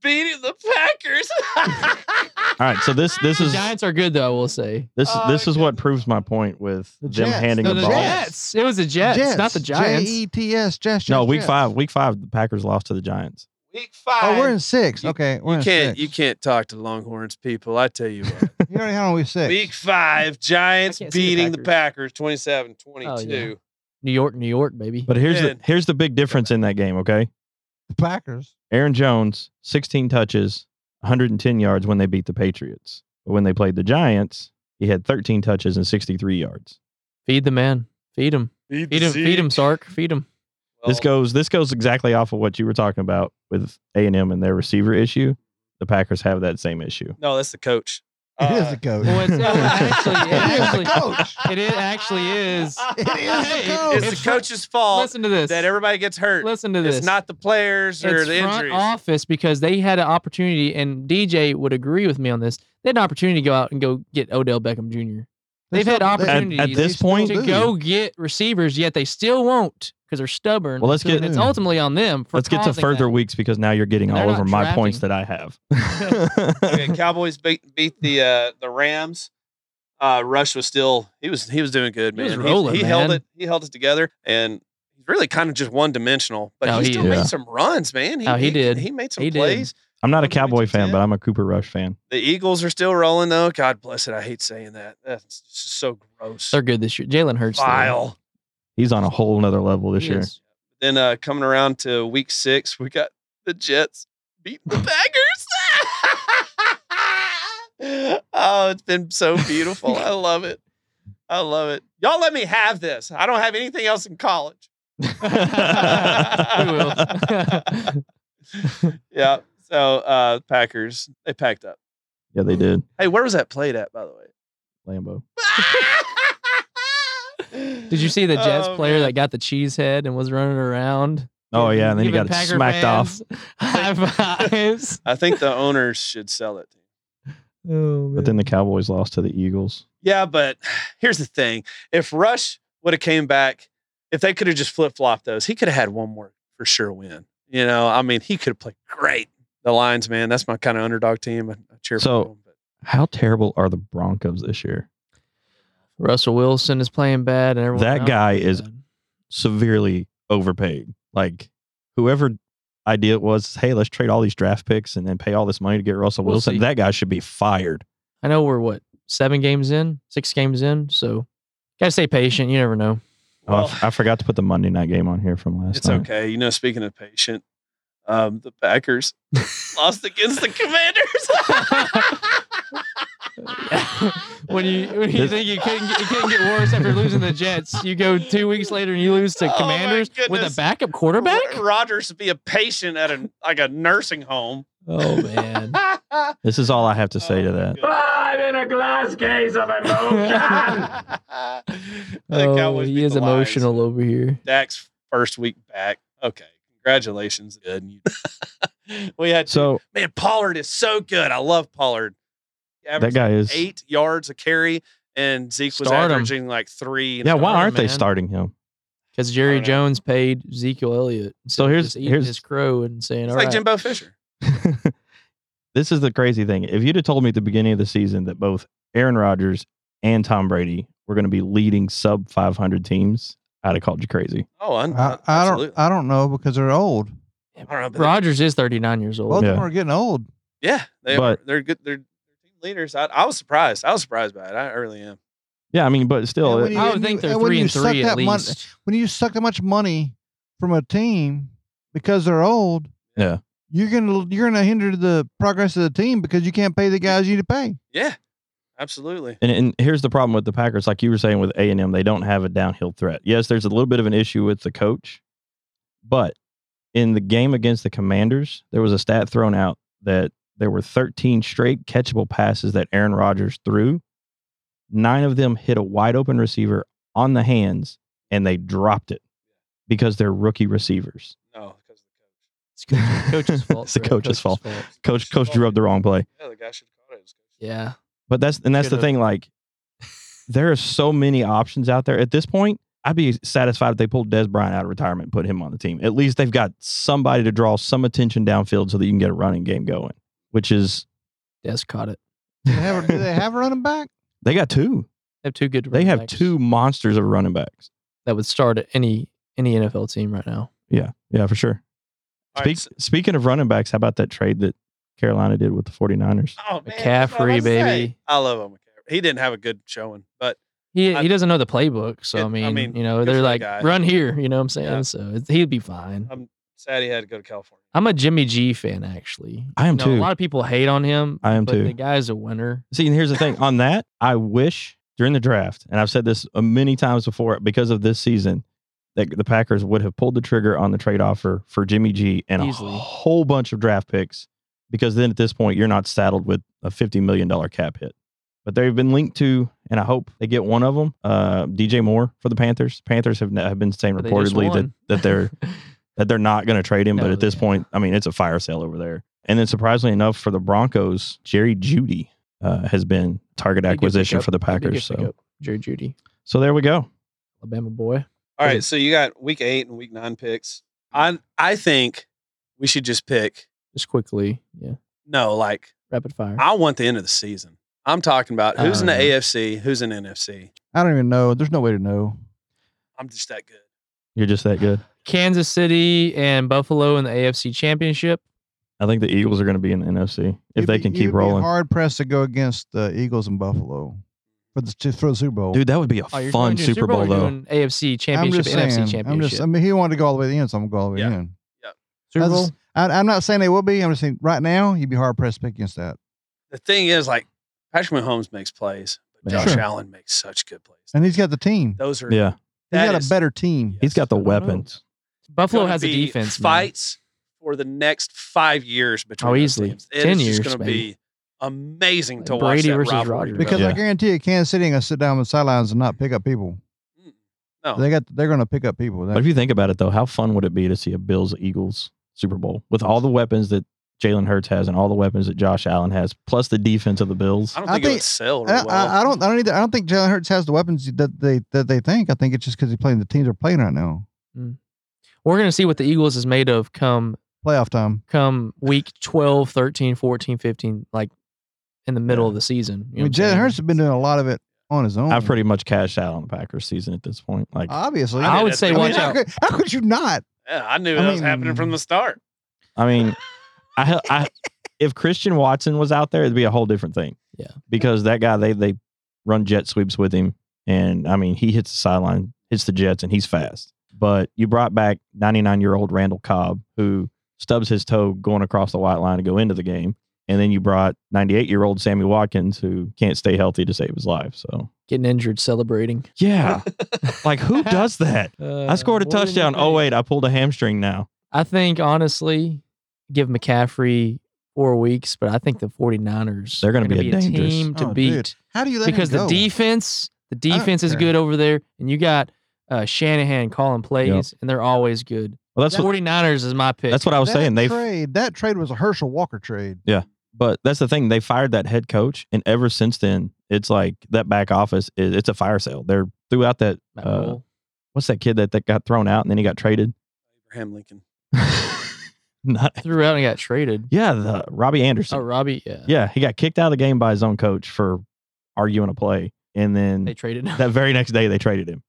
S1: beating the Packers.
S5: All right, so this this
S6: the
S5: is
S6: Giants are good, though, I will say.
S5: this
S1: Oh,
S5: this is what
S1: goodness.
S5: proves my point with
S3: The
S5: them
S3: Jets.
S5: handing
S6: No,
S5: the
S6: the
S5: ball.
S3: Jets.
S6: Jets. It was the Jets, not the Giants.
S3: J E T S. Jets.
S5: No,
S3: Jets,
S5: week
S3: Jets.
S5: five, week five, the Packers lost to the Giants.
S1: Week five.
S3: Oh, we're in six.
S1: You-
S3: okay, we're
S1: you
S3: in
S1: can't
S3: six.
S1: you can't talk to Longhorns people. I tell you what.
S3: You already had on week six.
S1: Week five, Giants
S6: I can't see the
S1: beating the Packers 27 22.
S6: New York, New York, baby.
S5: But here's
S1: Man.
S5: the here's the big difference in that game. Okay,
S3: The Packers.
S5: Aaron Jones, 16 touches, 110 yards when they beat the Patriots. But when they played the Giants, he had 13 touches and 63 yards.
S6: feed the man. Feed him. Oh, Feed him. Feed him, Sark. Feed him.
S5: This
S6: Oh.
S5: goes this goes exactly off of what you were talking about with A and M and their receiver issue. The Packers have that same issue.
S1: No, that's the coach.
S3: It is
S1: Uh,
S3: the coach.
S6: Well, it's, oh, actually, it
S3: It is the
S6: actually,
S3: coach.
S6: it is- actually is.
S3: It is the
S6: Hey,
S3: coach.
S1: it's, the coach's fault
S6: Listen to this.
S1: that everybody gets hurt.
S6: Listen to this.
S1: It's not the players or
S6: it's
S1: the
S6: front
S1: injuries.
S6: office because they had an opportunity, and DJ would agree with me on this. They had an opportunity to go out and go get Odell Beckham Jr. They've had
S3: still- they-
S6: opportunities
S5: At- at this
S3: they still
S5: point-
S6: to
S3: do.
S6: go get receivers, yet they still won't because they're stubborn.
S5: Well, let's
S6: and
S5: get- Mm.
S6: it's ultimately on them. For
S5: Let's get to
S6: causing
S5: further
S6: that.
S5: weeks because now you're getting
S6: And
S5: all
S6: they're
S5: over
S6: not
S5: my
S6: drafting.
S5: points that I have.
S1: okay, Cowboys beat beat the uh, the Rams. Uh, Rush was still he was he was doing good,
S6: He
S1: man.
S6: was rolling,
S1: he held
S6: man.
S1: it he held it together, and he's really kind of just one dimensional. But
S6: No,
S1: he
S6: Oh, he
S1: still
S5: is.
S1: made
S5: Yeah.
S1: some runs, man.
S6: No, he did.
S1: He made some
S6: He did.
S1: plays.
S5: I'm not a
S1: That's what
S5: Cowboy
S1: you
S5: fan,
S1: said.
S5: but I'm a Cooper Rush fan.
S1: The Eagles are still rolling though. God bless it. I hate saying that. That's just so gross.
S6: They're good this year. Jalen Hurts. though.
S1: Vile.
S5: He's on a whole nother level this
S6: He
S5: year.
S6: is.
S1: Then uh, coming around to week six, we got the Jets beating the Packers. oh, it's been so beautiful. I love it. I love it. Y'all let me have this. I don't have anything else in college.
S6: We will.
S1: yeah. So uh Packers, they packed up.
S5: Yeah, they did.
S1: Hey, where was that played at, by the way?
S5: Lambo.
S6: Did you see the Jets
S1: Oh,
S6: player
S1: man.
S6: that got the cheese head and was running around?
S5: Oh yeah, and then he
S6: Giving
S5: got
S6: Packer
S5: smacked off.
S6: fans High fives.
S1: I think the owners should sell it.
S6: Oh,
S5: But then the Cowboys lost to the Eagles.
S1: Yeah, but here's the thing: if Rush would have came back, if they could have just flip flopped those, he could have had one more for sure win. You know, I mean, he could have played great. The Lions, man, that's my kind of underdog team. I I cheer
S5: So-
S1: for them. But
S5: How terrible are the Broncos this year?
S6: Russell Wilson is playing bad, and everyone
S5: That
S6: else
S5: guy
S6: playing
S5: is-
S6: bad.
S5: Severely overpaid. Like whoever idea it was, hey, let's trade all these draft picks and then pay all this money to get Russell
S6: We'll
S5: Wilson.
S6: see.
S5: That guy should be fired.
S6: I know we're what seven games in, six games in, so gotta stay patient. You never know.
S5: Oh, I
S1: Well-
S5: f- I forgot to put the Monday night game on here from last
S1: it's
S5: night.
S1: okay. You know, speaking of patient, um, the Packers lost against the Commanders.
S6: when you when you
S5: This-
S6: think you couldn't get, it couldn't get worse after losing the Jets, you go two weeks later and you lose to
S1: Oh, my
S6: Commanders with a
S1: goodness.
S6: backup quarterback.
S1: Rodgers would be a patient at a like a nursing home. Oh,
S6: Oh man,
S5: This is all I have to say
S1: Uh,
S5: to that.
S1: The
S6: oh,
S1: Cowboys beat
S6: he is
S1: the Lions.
S6: emotional over here.
S1: Dak's first week back. Okay, congratulations. Good. we had
S5: So
S1: man Pollard is so good. I love Pollard. He
S5: that
S1: averaged
S5: guy is.
S1: eight yards a carry, and Zeke was
S6: Start him.
S1: averaging like three. and
S5: Yeah, why
S6: Start him,
S5: aren't they
S6: man.
S5: starting him?
S6: Because Jerry
S1: know.
S6: Jones paid Ezekiel Elliott. instead of
S5: here's-
S6: just eating
S5: here's-
S6: his crow and saying,
S1: It's
S6: "All
S1: like
S6: right,
S1: Jimbo Fisher.
S5: this is the crazy thing. If you'd have told me at the beginning of the season that both Aaron Rodgers and Tom Brady were going to be leading sub 500 teams, I'd have called you crazy.
S1: Oh, I,
S3: I, I don't.
S1: absolutely.
S3: I don't know because they're old.
S1: I don't know, but they-
S6: Rogers is 39 years old."
S3: Both of them
S5: Yeah.
S3: are getting old.
S1: yeah, they
S5: But-
S1: are, they're good. They're, they're team leaders. I, I was surprised. I was surprised by it. I really am.
S5: Yeah, I mean, but still,
S3: Yeah,
S5: it-
S3: when you-
S6: I would
S3: and
S6: think they're
S3: and when
S6: three
S3: you
S6: and
S3: suck
S6: three at
S3: that mon-
S6: least.
S3: When you suck that much money from a team because they're old,
S5: Yeah.
S3: you're gonna you're gonna hinder the progress of the team because you can't pay the guys you need to pay.
S1: Yeah, absolutely.
S5: and, and here's the problem with the Packers. Like you were saying with A&M, they don't have a downhill threat. Yes, there's a little bit of an issue with the coach, but in the game against the Commanders, there was a stat thrown out that there were 13 straight catchable passes that Aaron Rodgers threw. Nine of them hit a wide open receiver on the hands and they dropped it because they're rookie receivers.
S1: No, because
S6: It's coach- coach's fault.
S5: It's the
S6: right?
S5: coach's fault. Coach coach drew up the wrong play.
S1: Yeah, the guy should have caught it.
S6: Yeah.
S5: But that's and that's the
S6: Should've.
S5: thing. Like, there are so many options out there at this point. I'd be satisfied if they pulled Des Bryant out of retirement and put him on the team. At least they've got somebody to draw some attention downfield so that you can get a running game going. Which is
S6: Des caught it.
S3: Do they have, do they have a running back?
S5: they got two.
S6: They have two good.
S5: They
S6: running
S5: have
S6: backs
S5: two monsters of running backs.
S6: that would start at any any NFL team right now.
S5: Yeah, yeah, for sure.
S1: All right,
S5: Speak,
S1: so-
S5: Speaking of running backs, how about that trade that Carolina did with the 49ers?
S1: oh, man, that's what I
S6: McCaffrey,
S1: was gonna say.
S6: baby.
S1: I love him. McCaffrey. He didn't have a good showing, but
S6: He
S1: I-
S6: he doesn't know the playbook, so
S1: Good-
S6: I,
S1: I
S6: mean,
S1: mean,
S6: you know,
S1: good for
S6: they're
S1: the
S6: like
S1: guy.
S6: run here. You know what I'm saying?
S1: Yeah.
S6: So it's, he'd be fine.
S1: I'm sad he had to go to California.
S6: I'm a Jimmy G fan, actually.
S5: I am
S6: You know,
S5: too.
S6: A lot of people hate on him.
S5: I am
S6: but
S5: too.
S6: The guy's a winner.
S5: See, and here's the thing on that, I wish during the draft, and I've said this uh, many times before because of this season, that the Packers would have pulled the trigger on the trade offer for Jimmy G and
S6: Easily.
S5: a whole bunch of draft picks because then at this point, you're not saddled with a $50 million cap hit. But they've been linked to, and I hope they get one of them, uh, DJ Moore for the Panthers. Panthers have, have been saying
S6: But they just
S5: reportedly that,
S6: won.
S5: that they're that they're not going to trade him. but
S6: No,
S5: at this
S6: yeah.
S5: point, I mean, it's a fire sale over there. And then surprisingly enough, for the Broncos, Jerry Judy uh, has been target
S6: Big
S5: acquisition
S6: pickup.
S5: for the
S6: That'd be a
S5: Packers.
S6: good
S5: So,
S6: pickup. Jerry Judy,
S5: so there we go.
S6: Alabama boy.
S1: All
S6: Okay.
S1: right, so you got week eight and week nine picks. I I think we should just pick.
S6: Just quickly, yeah.
S1: No, like
S6: Rapid fire.
S1: I want the end of the season. I'm talking about who's in the
S6: Uh.
S1: AFC, who's in NFC.
S3: I don't even know. There's no way to know.
S1: I'm just that good.
S5: You're just that good.
S6: Kansas City and Buffalo in the AFC Championship.
S5: I think the Eagles are going to be in the NFC if
S3: You'd
S5: they
S3: be-
S5: can
S3: you'd
S5: keep
S3: be
S5: rolling.
S3: hard pressed to go against the Eagles and Buffalo for the to- for the Super Bowl.
S5: Dude, that would be a
S6: Oh, you're
S5: fun
S6: doing
S5: Super Bowl,
S6: or
S5: though.
S6: doing AFC
S3: I'm
S6: Championship,
S3: just saying.
S6: NFC
S3: I'm
S6: Championship.
S3: just. I mean, he wanted to go all the way to the end, so I'm going to go all the way to the
S1: Yeah.
S3: end.
S6: Super
S3: That's-
S6: Bowl.
S3: I, I'm not saying they will be. I'm just saying right now you'd be hard pressed to pick against that.
S1: The thing is, like Patrick Mahomes makes plays, but
S5: Man.
S1: Josh
S3: Sure.
S1: Allen makes such good plays.
S3: And he's got the team.
S1: Those are
S5: Yeah.
S3: He's
S1: that
S3: got
S1: is-
S3: a better team.
S1: Yeah.
S5: He's got the
S6: I don't know.
S5: weapons.
S6: Buffalo
S1: gonna
S6: has a
S1: be
S6: defense. man.
S1: Fights for the next five years between
S6: Oh,
S1: those
S6: easily.
S1: teams. It
S6: 10
S1: is
S6: years,
S1: just going to
S6: baby.
S1: be amazing
S6: Like
S1: to watch
S6: Brady
S1: that
S6: versus
S1: rivalry
S6: Rodgers.
S1: develop.
S3: Because I
S5: Yeah.
S3: guarantee you, Kansas City ain't gonna sit down on the sidelines and not pick up people.
S1: Mm, No.
S3: They got they're gonna pick up people.
S5: But if you think about it, though, how fun would it be to see a Bills Eagles Super Bowl with all the weapons that Jalen Hurts has and all the weapons that Josh Allen has, plus the defense of the Bills?
S1: I don't
S3: I
S1: think, it
S3: think-
S1: would sell.
S3: I,
S1: Really well.
S3: I, I don't. I don't either. I don't think Jalen Hurts has the weapons that they that they think. I think it's just because he's playing the teams are playing right now.
S6: We're going to see what the Eagles is made of come
S3: Playoff time.
S6: come week 12, 13, 14, 15, like in the middle of the season. You
S3: I
S6: know
S3: mean,
S6: what I'm
S3: Jalen
S6: saying?
S3: Hurts has been doing a lot of it on his own.
S5: I've pretty much cashed out on the Packers season at this point. Like,
S3: obviously.
S6: I would
S1: that's-
S6: say
S1: I mean,
S6: watch
S1: I
S3: how
S6: out.
S3: could, how could you not?
S1: Yeah, I knew
S3: I
S1: that was
S3: mean-
S1: happening from the start.
S5: I mean, I, I if Christian Watson was out there, it'd be a whole different thing.
S6: Yeah.
S5: because that guy they they run jet sweeps with him, and I mean he hits the sideline, hits the jets, and he's fast. But you brought back 99 year old Randall Cobb who stubs his toe going across the white line to go into the game, and then you brought 98 year old Sammy Watkins who can't stay healthy to save his life. So
S6: Getting injured, celebrating.
S5: yeah, like who does that?
S6: Uh,
S5: I scored a
S6: what do we
S5: touchdown.
S6: think?
S5: Oh wait, I pulled a hamstring now.
S6: I think, honestly, give McCaffrey four weeks, but I think the 49ers
S5: They're gonna
S6: gonna
S5: be a dangerous-
S6: team to
S3: Oh, dude.
S6: beat.
S3: How do you let
S6: because
S3: him
S6: the
S3: go?
S6: defense, the
S3: don't
S6: defense is
S3: care.
S6: good over there, and you got uh, Shanahan calling plays, and they're always good.
S5: Well, that's what
S6: 49ers is my pick.
S5: that's what I was
S3: that
S5: saying. They've
S3: trade that trade was a Herschel Walker trade.
S5: But that's the thing. They fired that head coach, and ever since then, it's like that back office is it's a fire sale. They're throughout that.
S6: Matt
S5: Uh,
S6: Rule.
S5: what's that kid that, that got thrown out and then he got traded?
S1: Abraham Lincoln.
S5: Not,
S6: threw out and got traded.
S5: yeah, the Robbie Anderson.
S6: Oh, Robbie, yeah,
S5: Yeah, he got kicked out of the game by his own coach for arguing a play, and then
S6: they traded. him.
S5: that very next day they traded him.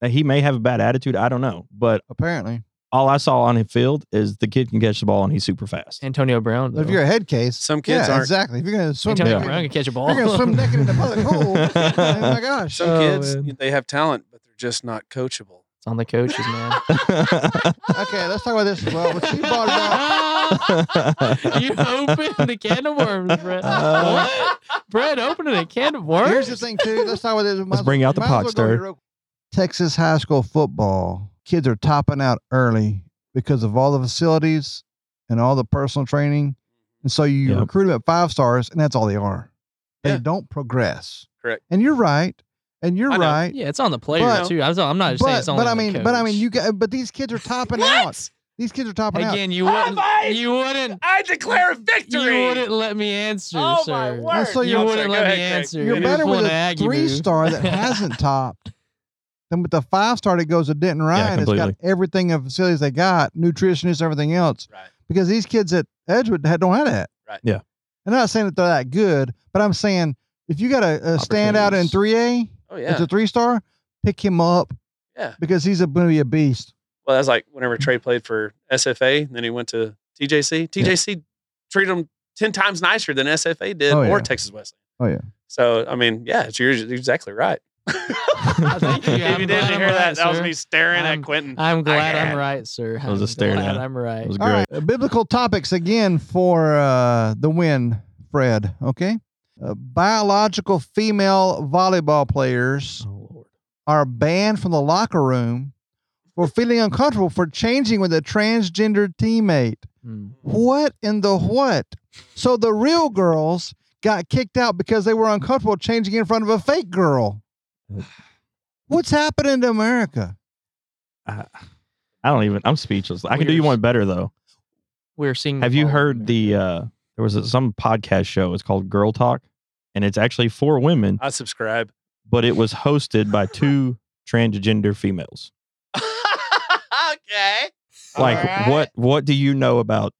S5: Now, he may have a bad attitude. I don't know, but
S3: Apparently,
S5: all I saw on his field is the kid can catch the ball and he's super fast.
S6: Antonio Brown.
S3: but if
S6: though.
S3: you're a head case,
S1: Some kids
S3: yeah,
S1: aren't.
S3: exactly. If you're gonna swim,
S6: Antonio
S3: naked-
S6: Brown can catch a ball.
S3: if you're gonna swim naked in the public hole. Oh my gosh!
S1: Some
S6: Oh,
S1: kids
S6: man.
S1: they have talent, but they're just not coachable.
S6: It's on the coaches, man.
S3: Okay, let's talk about this. Well, what you brought about.
S6: you opened the can of worms, Brett.
S5: Uh,
S6: what? Brett opening a can of worms.
S3: Here's the thing, too. Let's talk about this. Might as
S5: bring
S3: well-
S5: out the
S3: might as well
S5: pot
S3: go
S5: stir.
S3: here real- Texas high school football kids are topping out early because of all the facilities and all the personal training, and so you
S5: Yep.
S3: recruit them at five stars, and that's all they are. They
S1: Yeah.
S3: don't progress.
S1: Correct.
S3: And you're right. And you're
S1: I know.
S3: right.
S6: Yeah, it's on the player
S3: But-
S6: too. I was, I'm not just saying
S3: But,
S6: it's only
S3: but I
S6: on the
S3: mean, but I mean,
S6: coach.
S3: you got, but these kids are topping out. These kids are topping out.
S6: again. You
S1: Have
S6: wouldn't.
S1: I-
S6: You wouldn't.
S1: I declare victory.
S6: You wouldn't let me answer,
S1: Oh,
S6: sir.
S1: my word.
S3: I saw
S6: You
S3: your-
S6: wouldn't
S1: Go
S6: let
S1: ahead,
S6: me
S1: Craig.
S6: answer.
S1: It
S3: You're
S1: is
S3: better
S6: pulling
S3: with
S6: an
S3: a
S6: Aggie,
S3: three
S6: boo.
S3: star that hasn't topped than with the five star that goes to Denton Ryan. it's got
S5: completely.
S3: everything of facilities they got, nutritionists, everything else.
S1: Right.
S3: Because these kids at Edgewood had, don't have that.
S1: Right.
S5: Yeah.
S3: I'm not saying that they're that good, but I'm saying if you got a, a standout in
S6: Opportunities.
S3: 3A,
S1: Oh
S3: it's
S1: yeah.
S3: a three star, pick him up
S1: Yeah.
S3: because he's going to be a beast.
S1: Well, that's like whenever Trey played for SFA, and then he went to TJC. TJC treated him ten times nicer than SFA did,
S3: Oh,
S1: or
S3: yeah.
S1: Texas Wesleyan.
S3: Oh, yeah.
S1: So I mean, yeah, it's, you're you're exactly right.
S6: Thank you.
S1: if
S6: I'm
S1: you
S6: glad
S1: didn't
S6: I'm
S1: hear
S6: right,
S1: that, that was
S6: sir.
S1: me staring
S6: I'm-
S1: at Quentin.
S6: I'm glad
S1: I
S6: I'm
S1: am.
S6: right, sir.
S5: That was a
S6: I'm
S5: stare
S6: glad
S5: down.
S6: I'm right.
S5: It was
S3: All
S5: great.
S3: right, Biblical topics again for uh, the win, Fred. Okay. Uh, biological female volleyball players
S5: Oh, Lord.
S3: are banned from the locker room for feeling uncomfortable for changing with a transgendered teammate.
S6: Mm.
S3: What in the what? So the real girls got kicked out because they were uncomfortable changing in front of a fake girl. What's happening to America?
S5: I, I don't even. I'm speechless. I can do you
S6: Weird. Oh,
S5: one better though.
S6: We're seeing.
S5: Have you
S6: fall
S5: heard
S6: in
S5: the?
S6: there.
S5: uh There was a, some podcast show. It's called Girl Talk, and it's actually for women,
S1: I subscribe.
S5: but it was hosted by two transgender females.
S7: okay.
S5: Like,
S7: Alright.
S5: what? What do you know about?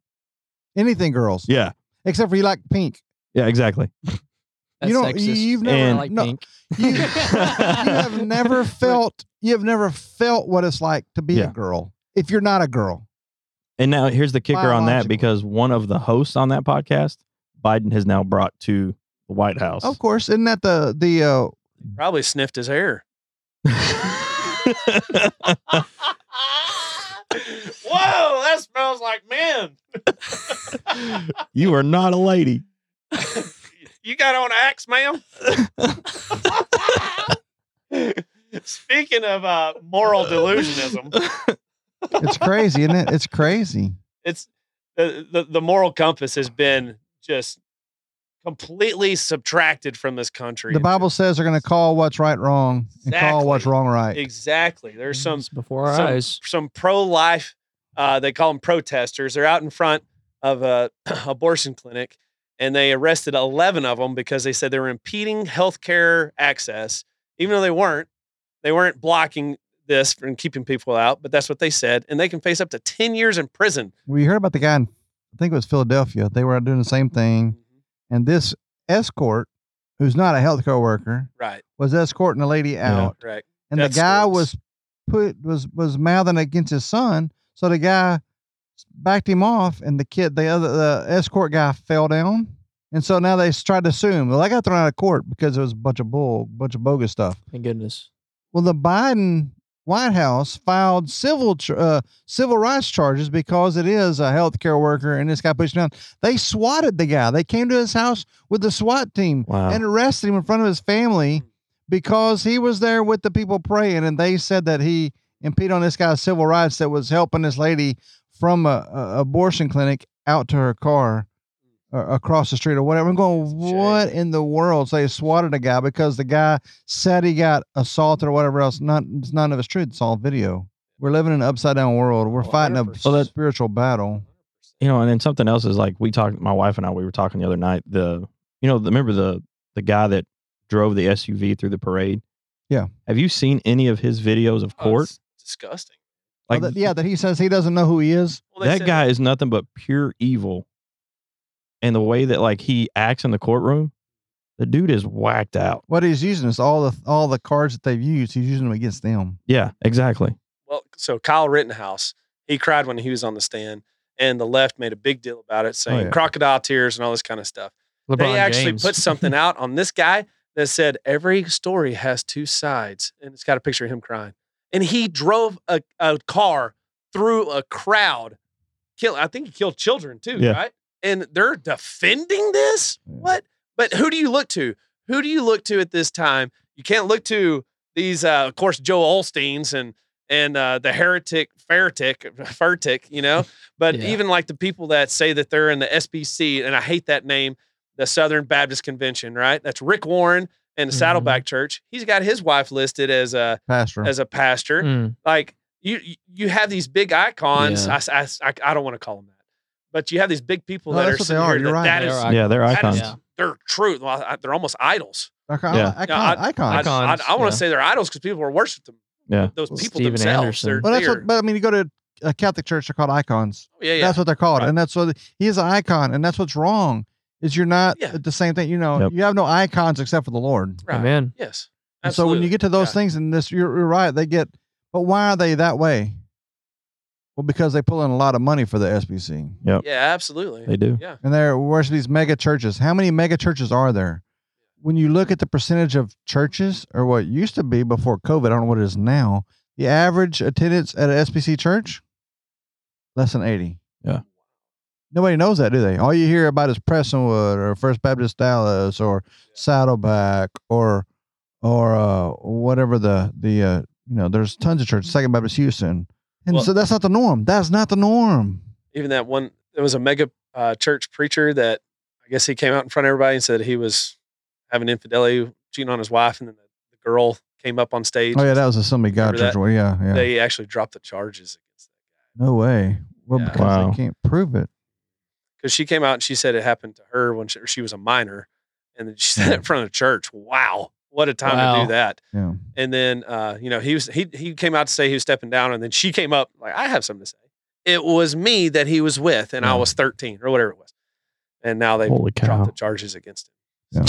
S3: Anything, girls,
S5: Yeah,
S3: except for you like pink.
S5: yeah, exactly.
S6: That's
S3: you don't-
S6: sexist.
S3: you've
S5: never-
S6: I
S5: And-
S6: like
S3: no.
S6: pink.
S3: You, you have never felt. You have never felt what it's like to be a
S5: Yeah.
S3: girl if you're not a girl.
S5: And now here's the kicker on that
S3: Biological.
S5: because one of the hosts on that podcast, Biden, has now brought to the White House.
S3: Of course, isn't that the the uh,
S1: Probably sniffed his hair.
S2: Whoa, that smells like men.
S5: you are not a lady.
S1: You got on axe, ma'am. Speaking of uh, moral delusionism,
S3: It's crazy, isn't it? It's crazy.
S1: it's the, the the moral compass has been just completely subtracted from this country.
S3: The Bible says they're going to call what's right wrong and call what's
S1: Exactly.
S3: wrong right.
S1: Exactly. There's some
S6: It's before our
S1: some-
S6: eyes.
S1: some pro-life. Uh, they call them protesters. They're out in front of a abortion clinic, and they arrested eleven of them because they said they were impeding healthcare access, even though they weren't. They weren't blocking this and keeping people out, but that's what they said, and they can face up to ten years in prison.
S3: We heard about the guy in, I think it was Philadelphia. They were doing the same thing. And this escort, who's not a healthcare worker,
S1: Right.
S3: was escorting a lady out.
S1: Right.
S3: And
S1: Death
S3: the guy
S1: squads.
S3: was put was was mouthing against his son. So the guy backed him off and the kid the other the escort guy fell down. And so now they s- tried to sue him. Well, I got thrown out of court because it was a bunch of bull, bunch of bogus stuff.
S6: Thank goodness.
S3: Well, the Biden White House filed civil ch- uh, civil rights charges because it is a healthcare worker, and this guy pushed him down. They swatted the guy. They came to his house with the SWAT team
S5: Wow.
S3: and arrested him in front of his family because he was there with the people praying, and they said that he impeded on this guy's civil rights that was helping this lady from a, a abortion clinic out to her car. Or across the street or whatever. I'm going,
S1: Shame.
S3: what in the world? So they swatted a guy because the guy said he got assaulted or whatever else. Not it's none of it's true. It's all video. We're living in an upside down world. We're
S1: Oh,
S3: fighting a
S1: 100%.
S5: So that-
S3: spiritual battle.
S5: you know, and then something else is like we talked. My wife and I we were talking the other night. The you know the, remember the the guy that drove the SUV through the parade.
S3: Yeah.
S5: Have you seen any of his videos of
S1: Oh,
S5: court?
S1: it's disgusting.
S5: like
S3: Oh, that- yeah, that he says he doesn't know who he is.
S1: Well, they
S5: that
S1: said
S5: guy is nothing but pure evil. And the way that like he acts in the courtroom, the dude is whacked out.
S3: What he's using is all the all the cards that they've used. He's using them against them.
S5: Yeah, exactly.
S1: Well, so Kyle Rittenhouse, he cried when he was on the stand, and the left made a big deal about
S5: Oh,
S1: it, saying
S3: yeah.
S1: crocodile tears and all this kind of stuff.
S6: LeBron
S1: they actually
S6: James.
S1: put something out on this guy that said every story has two sides, and it's got a picture of him crying. And he drove a, a car through a crowd. Kill, I think he killed children too,
S5: Yeah.
S1: right? And they're defending this.
S3: Yeah.
S1: What? But who do you look to? Who do you look to at this time? You can't look to these, uh, of course, Joe Olsteins and and uh, the heretic, fertic, fertic, you know. But
S6: Yeah.
S1: even like the people that say that they're in the SBC, and I hate that name, the Southern Baptist Convention, right? That's Rick Warren and the
S6: Mhm.
S1: Saddleback Church. He's got his wife listed as a
S3: Pastor.
S1: as a pastor.
S6: Mm.
S1: Like you, you- you have these big icons.
S6: Yeah.
S1: I, I- I- I don't want to call them that, but you have these big people
S3: No,
S1: that are
S3: that's what they
S1: sitting
S3: are.
S1: here
S3: You're
S1: that,
S3: right.
S1: that
S6: They
S1: is
S6: are
S5: Yeah, they're
S1: That
S5: icons.
S1: is- they're true. Well, I- they're almost idols.
S3: icon,
S5: Yeah.
S3: icon,
S1: No, I-
S3: icons.
S1: I, I,
S6: Icons,
S1: I want
S6: yeah.
S1: to say they're idols because people are worship them.
S5: Yeah.
S1: those
S6: Well,
S1: people
S6: Steven
S1: themselves.
S6: Anderson.
S1: They're,
S3: well, that's
S1: they're-
S3: what. But I mean, you go to a Catholic church, they're called icons.
S1: yeah, yeah.
S3: That's what they're called,
S1: Right.
S3: and that's what he is an icon, and that's what's wrong. Is you're not
S1: Yeah.
S3: the same thing. You know,
S5: Yep.
S3: you have no icons except for the Lord.
S1: right.
S6: Amen.
S1: Yes.
S3: And so when
S1: Absolutely.
S3: you get to those
S1: Yeah.
S3: things, and this, you're, you're right, they get, but why are they that way? Well, because they pull in a lot of money for the SBC,
S1: yeah, absolutely.
S5: They do.
S1: Yeah.
S3: and they're where's these mega churches? How many mega churches are there? When you look at the percentage of churches, or what used to be before COVID, I don't know what it is now. The average attendance at an SBC church, less than eighty.
S5: Yeah.
S3: Nobody knows that, do they? All you hear about is Prestonwood or First Baptist Dallas or Saddleback or or uh, whatever the the uh, you know there's tons of churches Second Baptist Houston, and
S5: Well-
S3: so that's not the norm. That's not the norm.
S1: Even that one, there was a mega uh, church preacher that I guess he came out in front of everybody and said he was having infidelity, cheating on his wife, and then the, the girl came up on stage.
S3: Oh yeah, that was a Assembly of God
S1: Remember
S3: church.
S1: that?
S3: Well, yeah, yeah.
S1: They actually dropped the charges against that
S3: no way. Well,
S1: Yeah.
S3: because
S5: Wow.
S3: they can't prove it.
S1: because she came out and she said it happened to her when she, she was a minor, and then she said it in front of the church. Wow, what a time to
S6: Wow.
S1: do that!
S3: Yeah.
S1: And then uh, you know he was he he came out to say he was stepping down, and then she came up like I have something to say. It was me that he was with, and I
S5: Yeah.
S1: was thirteen or whatever it was, and now they
S5: Holy
S1: dropped
S5: cow.
S1: the charges against him.
S3: Yeah.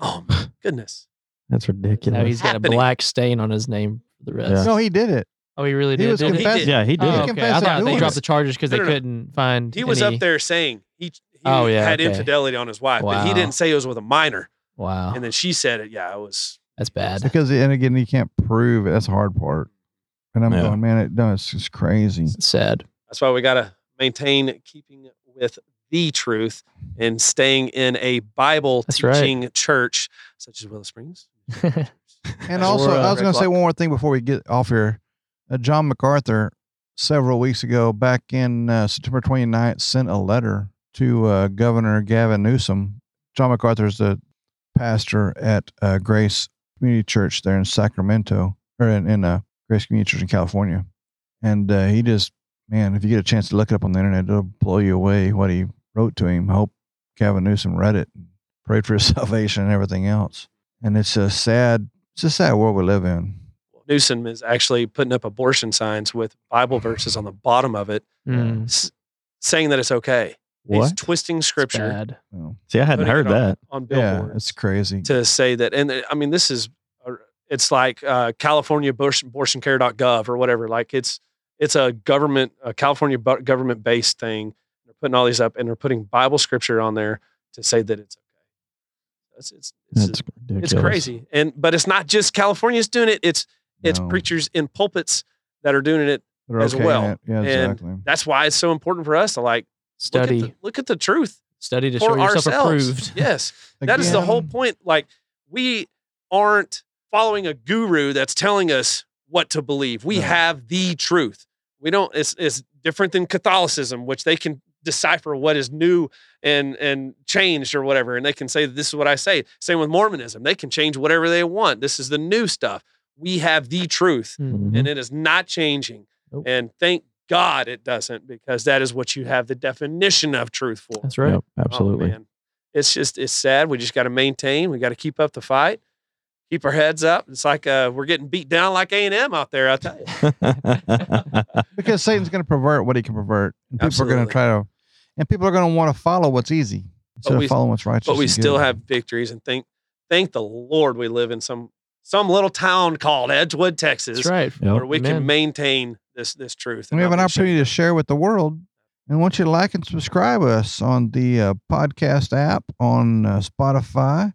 S1: Oh my goodness!
S5: That's
S6: Now
S5: ridiculous.
S6: he's got a
S1: Happening.
S6: black stain on his name for the rest.
S5: Yeah.
S3: No, he did it.
S6: Oh, he really
S3: He
S6: did.
S3: was
S6: did he?
S3: confessing.
S5: yeah, he did.
S6: Oh,
S3: He
S6: okay. I
S3: confessed
S6: thought
S3: to
S6: they
S3: doing
S6: dropped
S3: it.
S6: the charges because
S1: No,
S6: they
S1: no, no.
S6: couldn't find.
S1: He was
S6: any-
S1: up there saying he, he
S6: Oh, yeah,
S1: had
S6: okay.
S1: infidelity on his wife, but he
S6: Wow.
S1: didn't say it was with a minor.
S6: Wow,
S1: And then she said it. Yeah, it was.
S6: that's bad.
S3: Because and again, he can't prove it. That's the hard part. And I'm
S5: Yeah.
S3: going, man, it no, it's just crazy.
S6: It's sad.
S1: That's why we got to maintain keeping with the truth and staying in a Bible
S6: That's right.
S1: teaching church such as Willow Springs.
S3: And
S1: That's
S3: also,
S1: where, uh,
S3: I was
S1: Red
S3: going to say
S1: Block-
S3: one more thing before we get off here. Uh, John MacArthur several weeks ago, back in uh, September 29th, sent a letter to uh, Governor Gavin Newsom. John MacArthur's the pastor at uh, Grace Community Church there in Sacramento, or in, in uh, Grace Community Church in California. And uh, he just, man, if you get a chance to look it up on the internet, it'll blow you away what he wrote to him. I hope Gavin Newsom read it, and prayed for his salvation and everything else. And it's a sad, it's a sad world we live in.
S1: Newsom is actually putting up abortion signs with Bible verses on the bottom of it,
S6: Mm,
S1: s- saying that it's okay. He's
S5: What?
S1: twisting
S6: it's
S1: scripture
S6: bad.
S3: Well,
S5: See, I hadn't
S1: putting
S5: heard
S1: it on-
S5: that.
S1: on
S3: yeah,
S1: billboards
S3: it's crazy.
S1: to say that. And uh, I mean, this is uh, it's like uh, California abortion, abortioncare.gov or whatever. Like it's it's a government, a California government based thing. They're putting all these up and they're putting Bible scripture on there to say that it's okay. It's it's it's,
S5: That's ridiculous.
S1: it's crazy. And but it's not just California's doing it. It's it's
S3: No,
S1: preachers in pulpits that are doing it
S3: they're
S1: as
S3: in
S1: well.
S3: it. Yeah,
S1: And
S3: exactly.
S1: that's why it's so important for us to like look at the-
S6: Study.
S1: Look at the, truth
S6: Study to show
S1: for
S6: yourself
S1: ourselves.
S6: approved.
S1: Yes, that is the
S3: Again,
S1: whole point. Like we aren't following a guru that's telling us what to believe. We
S3: Right.
S1: have the truth. We don't. It's it's different than Catholicism, which they can decipher what is new and and changed or whatever, and they can say this is what I say. Same with Mormonism. They can change whatever they want. This is the new stuff. We have the truth
S6: Mm.
S5: Mhm.
S1: and it is not changing.
S6: Nope.
S1: And thank God it doesn't, because that is what you have the definition of truth for.
S6: That's right.
S5: Yep,
S1: Oh,
S5: absolutely.
S1: man. it's just it's sad. We just got to maintain. We got to keep up the fight. Keep our heads up. It's like uh, we're getting beat down like A and M out there. I tell you.
S3: because Satan's going to pervert what he can pervert, and people are going
S1: Absolutely.
S3: to try to, and people are going to want to follow what's easy instead
S1: we-
S3: of following what's righteous.
S1: But we
S3: and
S1: still
S3: good.
S1: have victories, and thank thank the Lord we live in some some little town called Edgewood, Texas,
S6: That's right.
S5: Yep.
S1: where we can
S6: Amen.
S1: maintain this this truth.
S3: And we
S1: and
S3: have an
S1: not be ashamed.
S3: opportunity to share with the world. And I want you to like and subscribe us on the uh, podcast app, on uh, Spotify,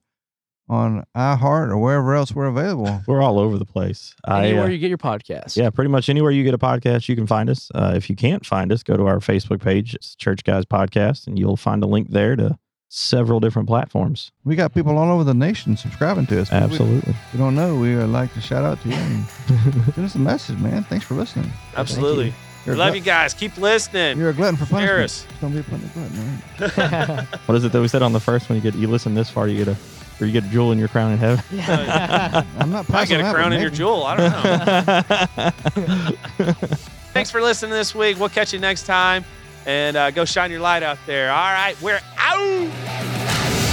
S3: on iHeart, or wherever else we're available.
S5: We're all over the place. I,
S6: Anywhere
S5: uh,
S6: you get your podcast.
S5: yeah, pretty much anywhere you get a podcast, you can find us. Uh, if you can't find us, go to our Facebook page. It's Church Guys Podcast, and you'll find a link there to several different platforms.
S3: We got people all over the nation subscribing to us.
S5: Absolutely.
S3: If you don't know, we would like to shout out to you and give us a message, man. Thanks for listening.
S1: Absolutely.
S3: You're a
S1: Love
S3: glut-
S1: you guys. Keep listening.
S3: You're a glutton for
S1: Share
S3: punishment.
S1: us.
S3: Don't be a glutton for punishment. man.
S5: What is it that we said on the first one? You get you listen this far, you get a or you get a jewel in your crown in heaven.
S3: I'm not
S1: I
S3: passing
S1: get a
S3: out, but
S1: crown in your
S3: maybe.
S1: jewel. I don't know. Thanks for listening this week. We'll catch you next time. And uh, go shine your light out there. All right, we're out.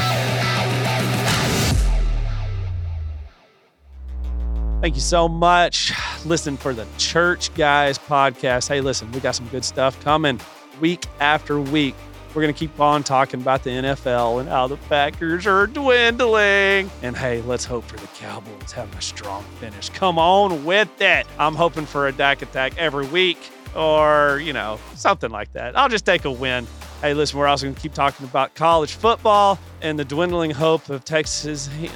S1: Thank you so much. Listen for the Church Guys podcast. Hey, listen, we got some good stuff coming week after week. We're going to keep on talking about the NFL and how the Packers are dwindling. And hey, let's hope for the Cowboys having a strong finish. Come on with it. I'm hoping for a Dak attack every week or, you know, something like that. I'll just take a win. Hey, listen, we're also going to keep talking about college football and the dwindling hope of Texas A&M.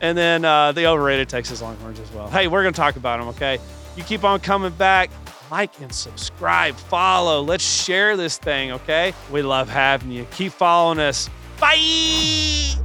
S1: And then uh, the overrated Texas Longhorns as well. Hey, we're going to talk about them, okay? You keep on coming back. Like and subscribe, follow. Let's share this thing, okay? We love having you. Keep following us. Bye.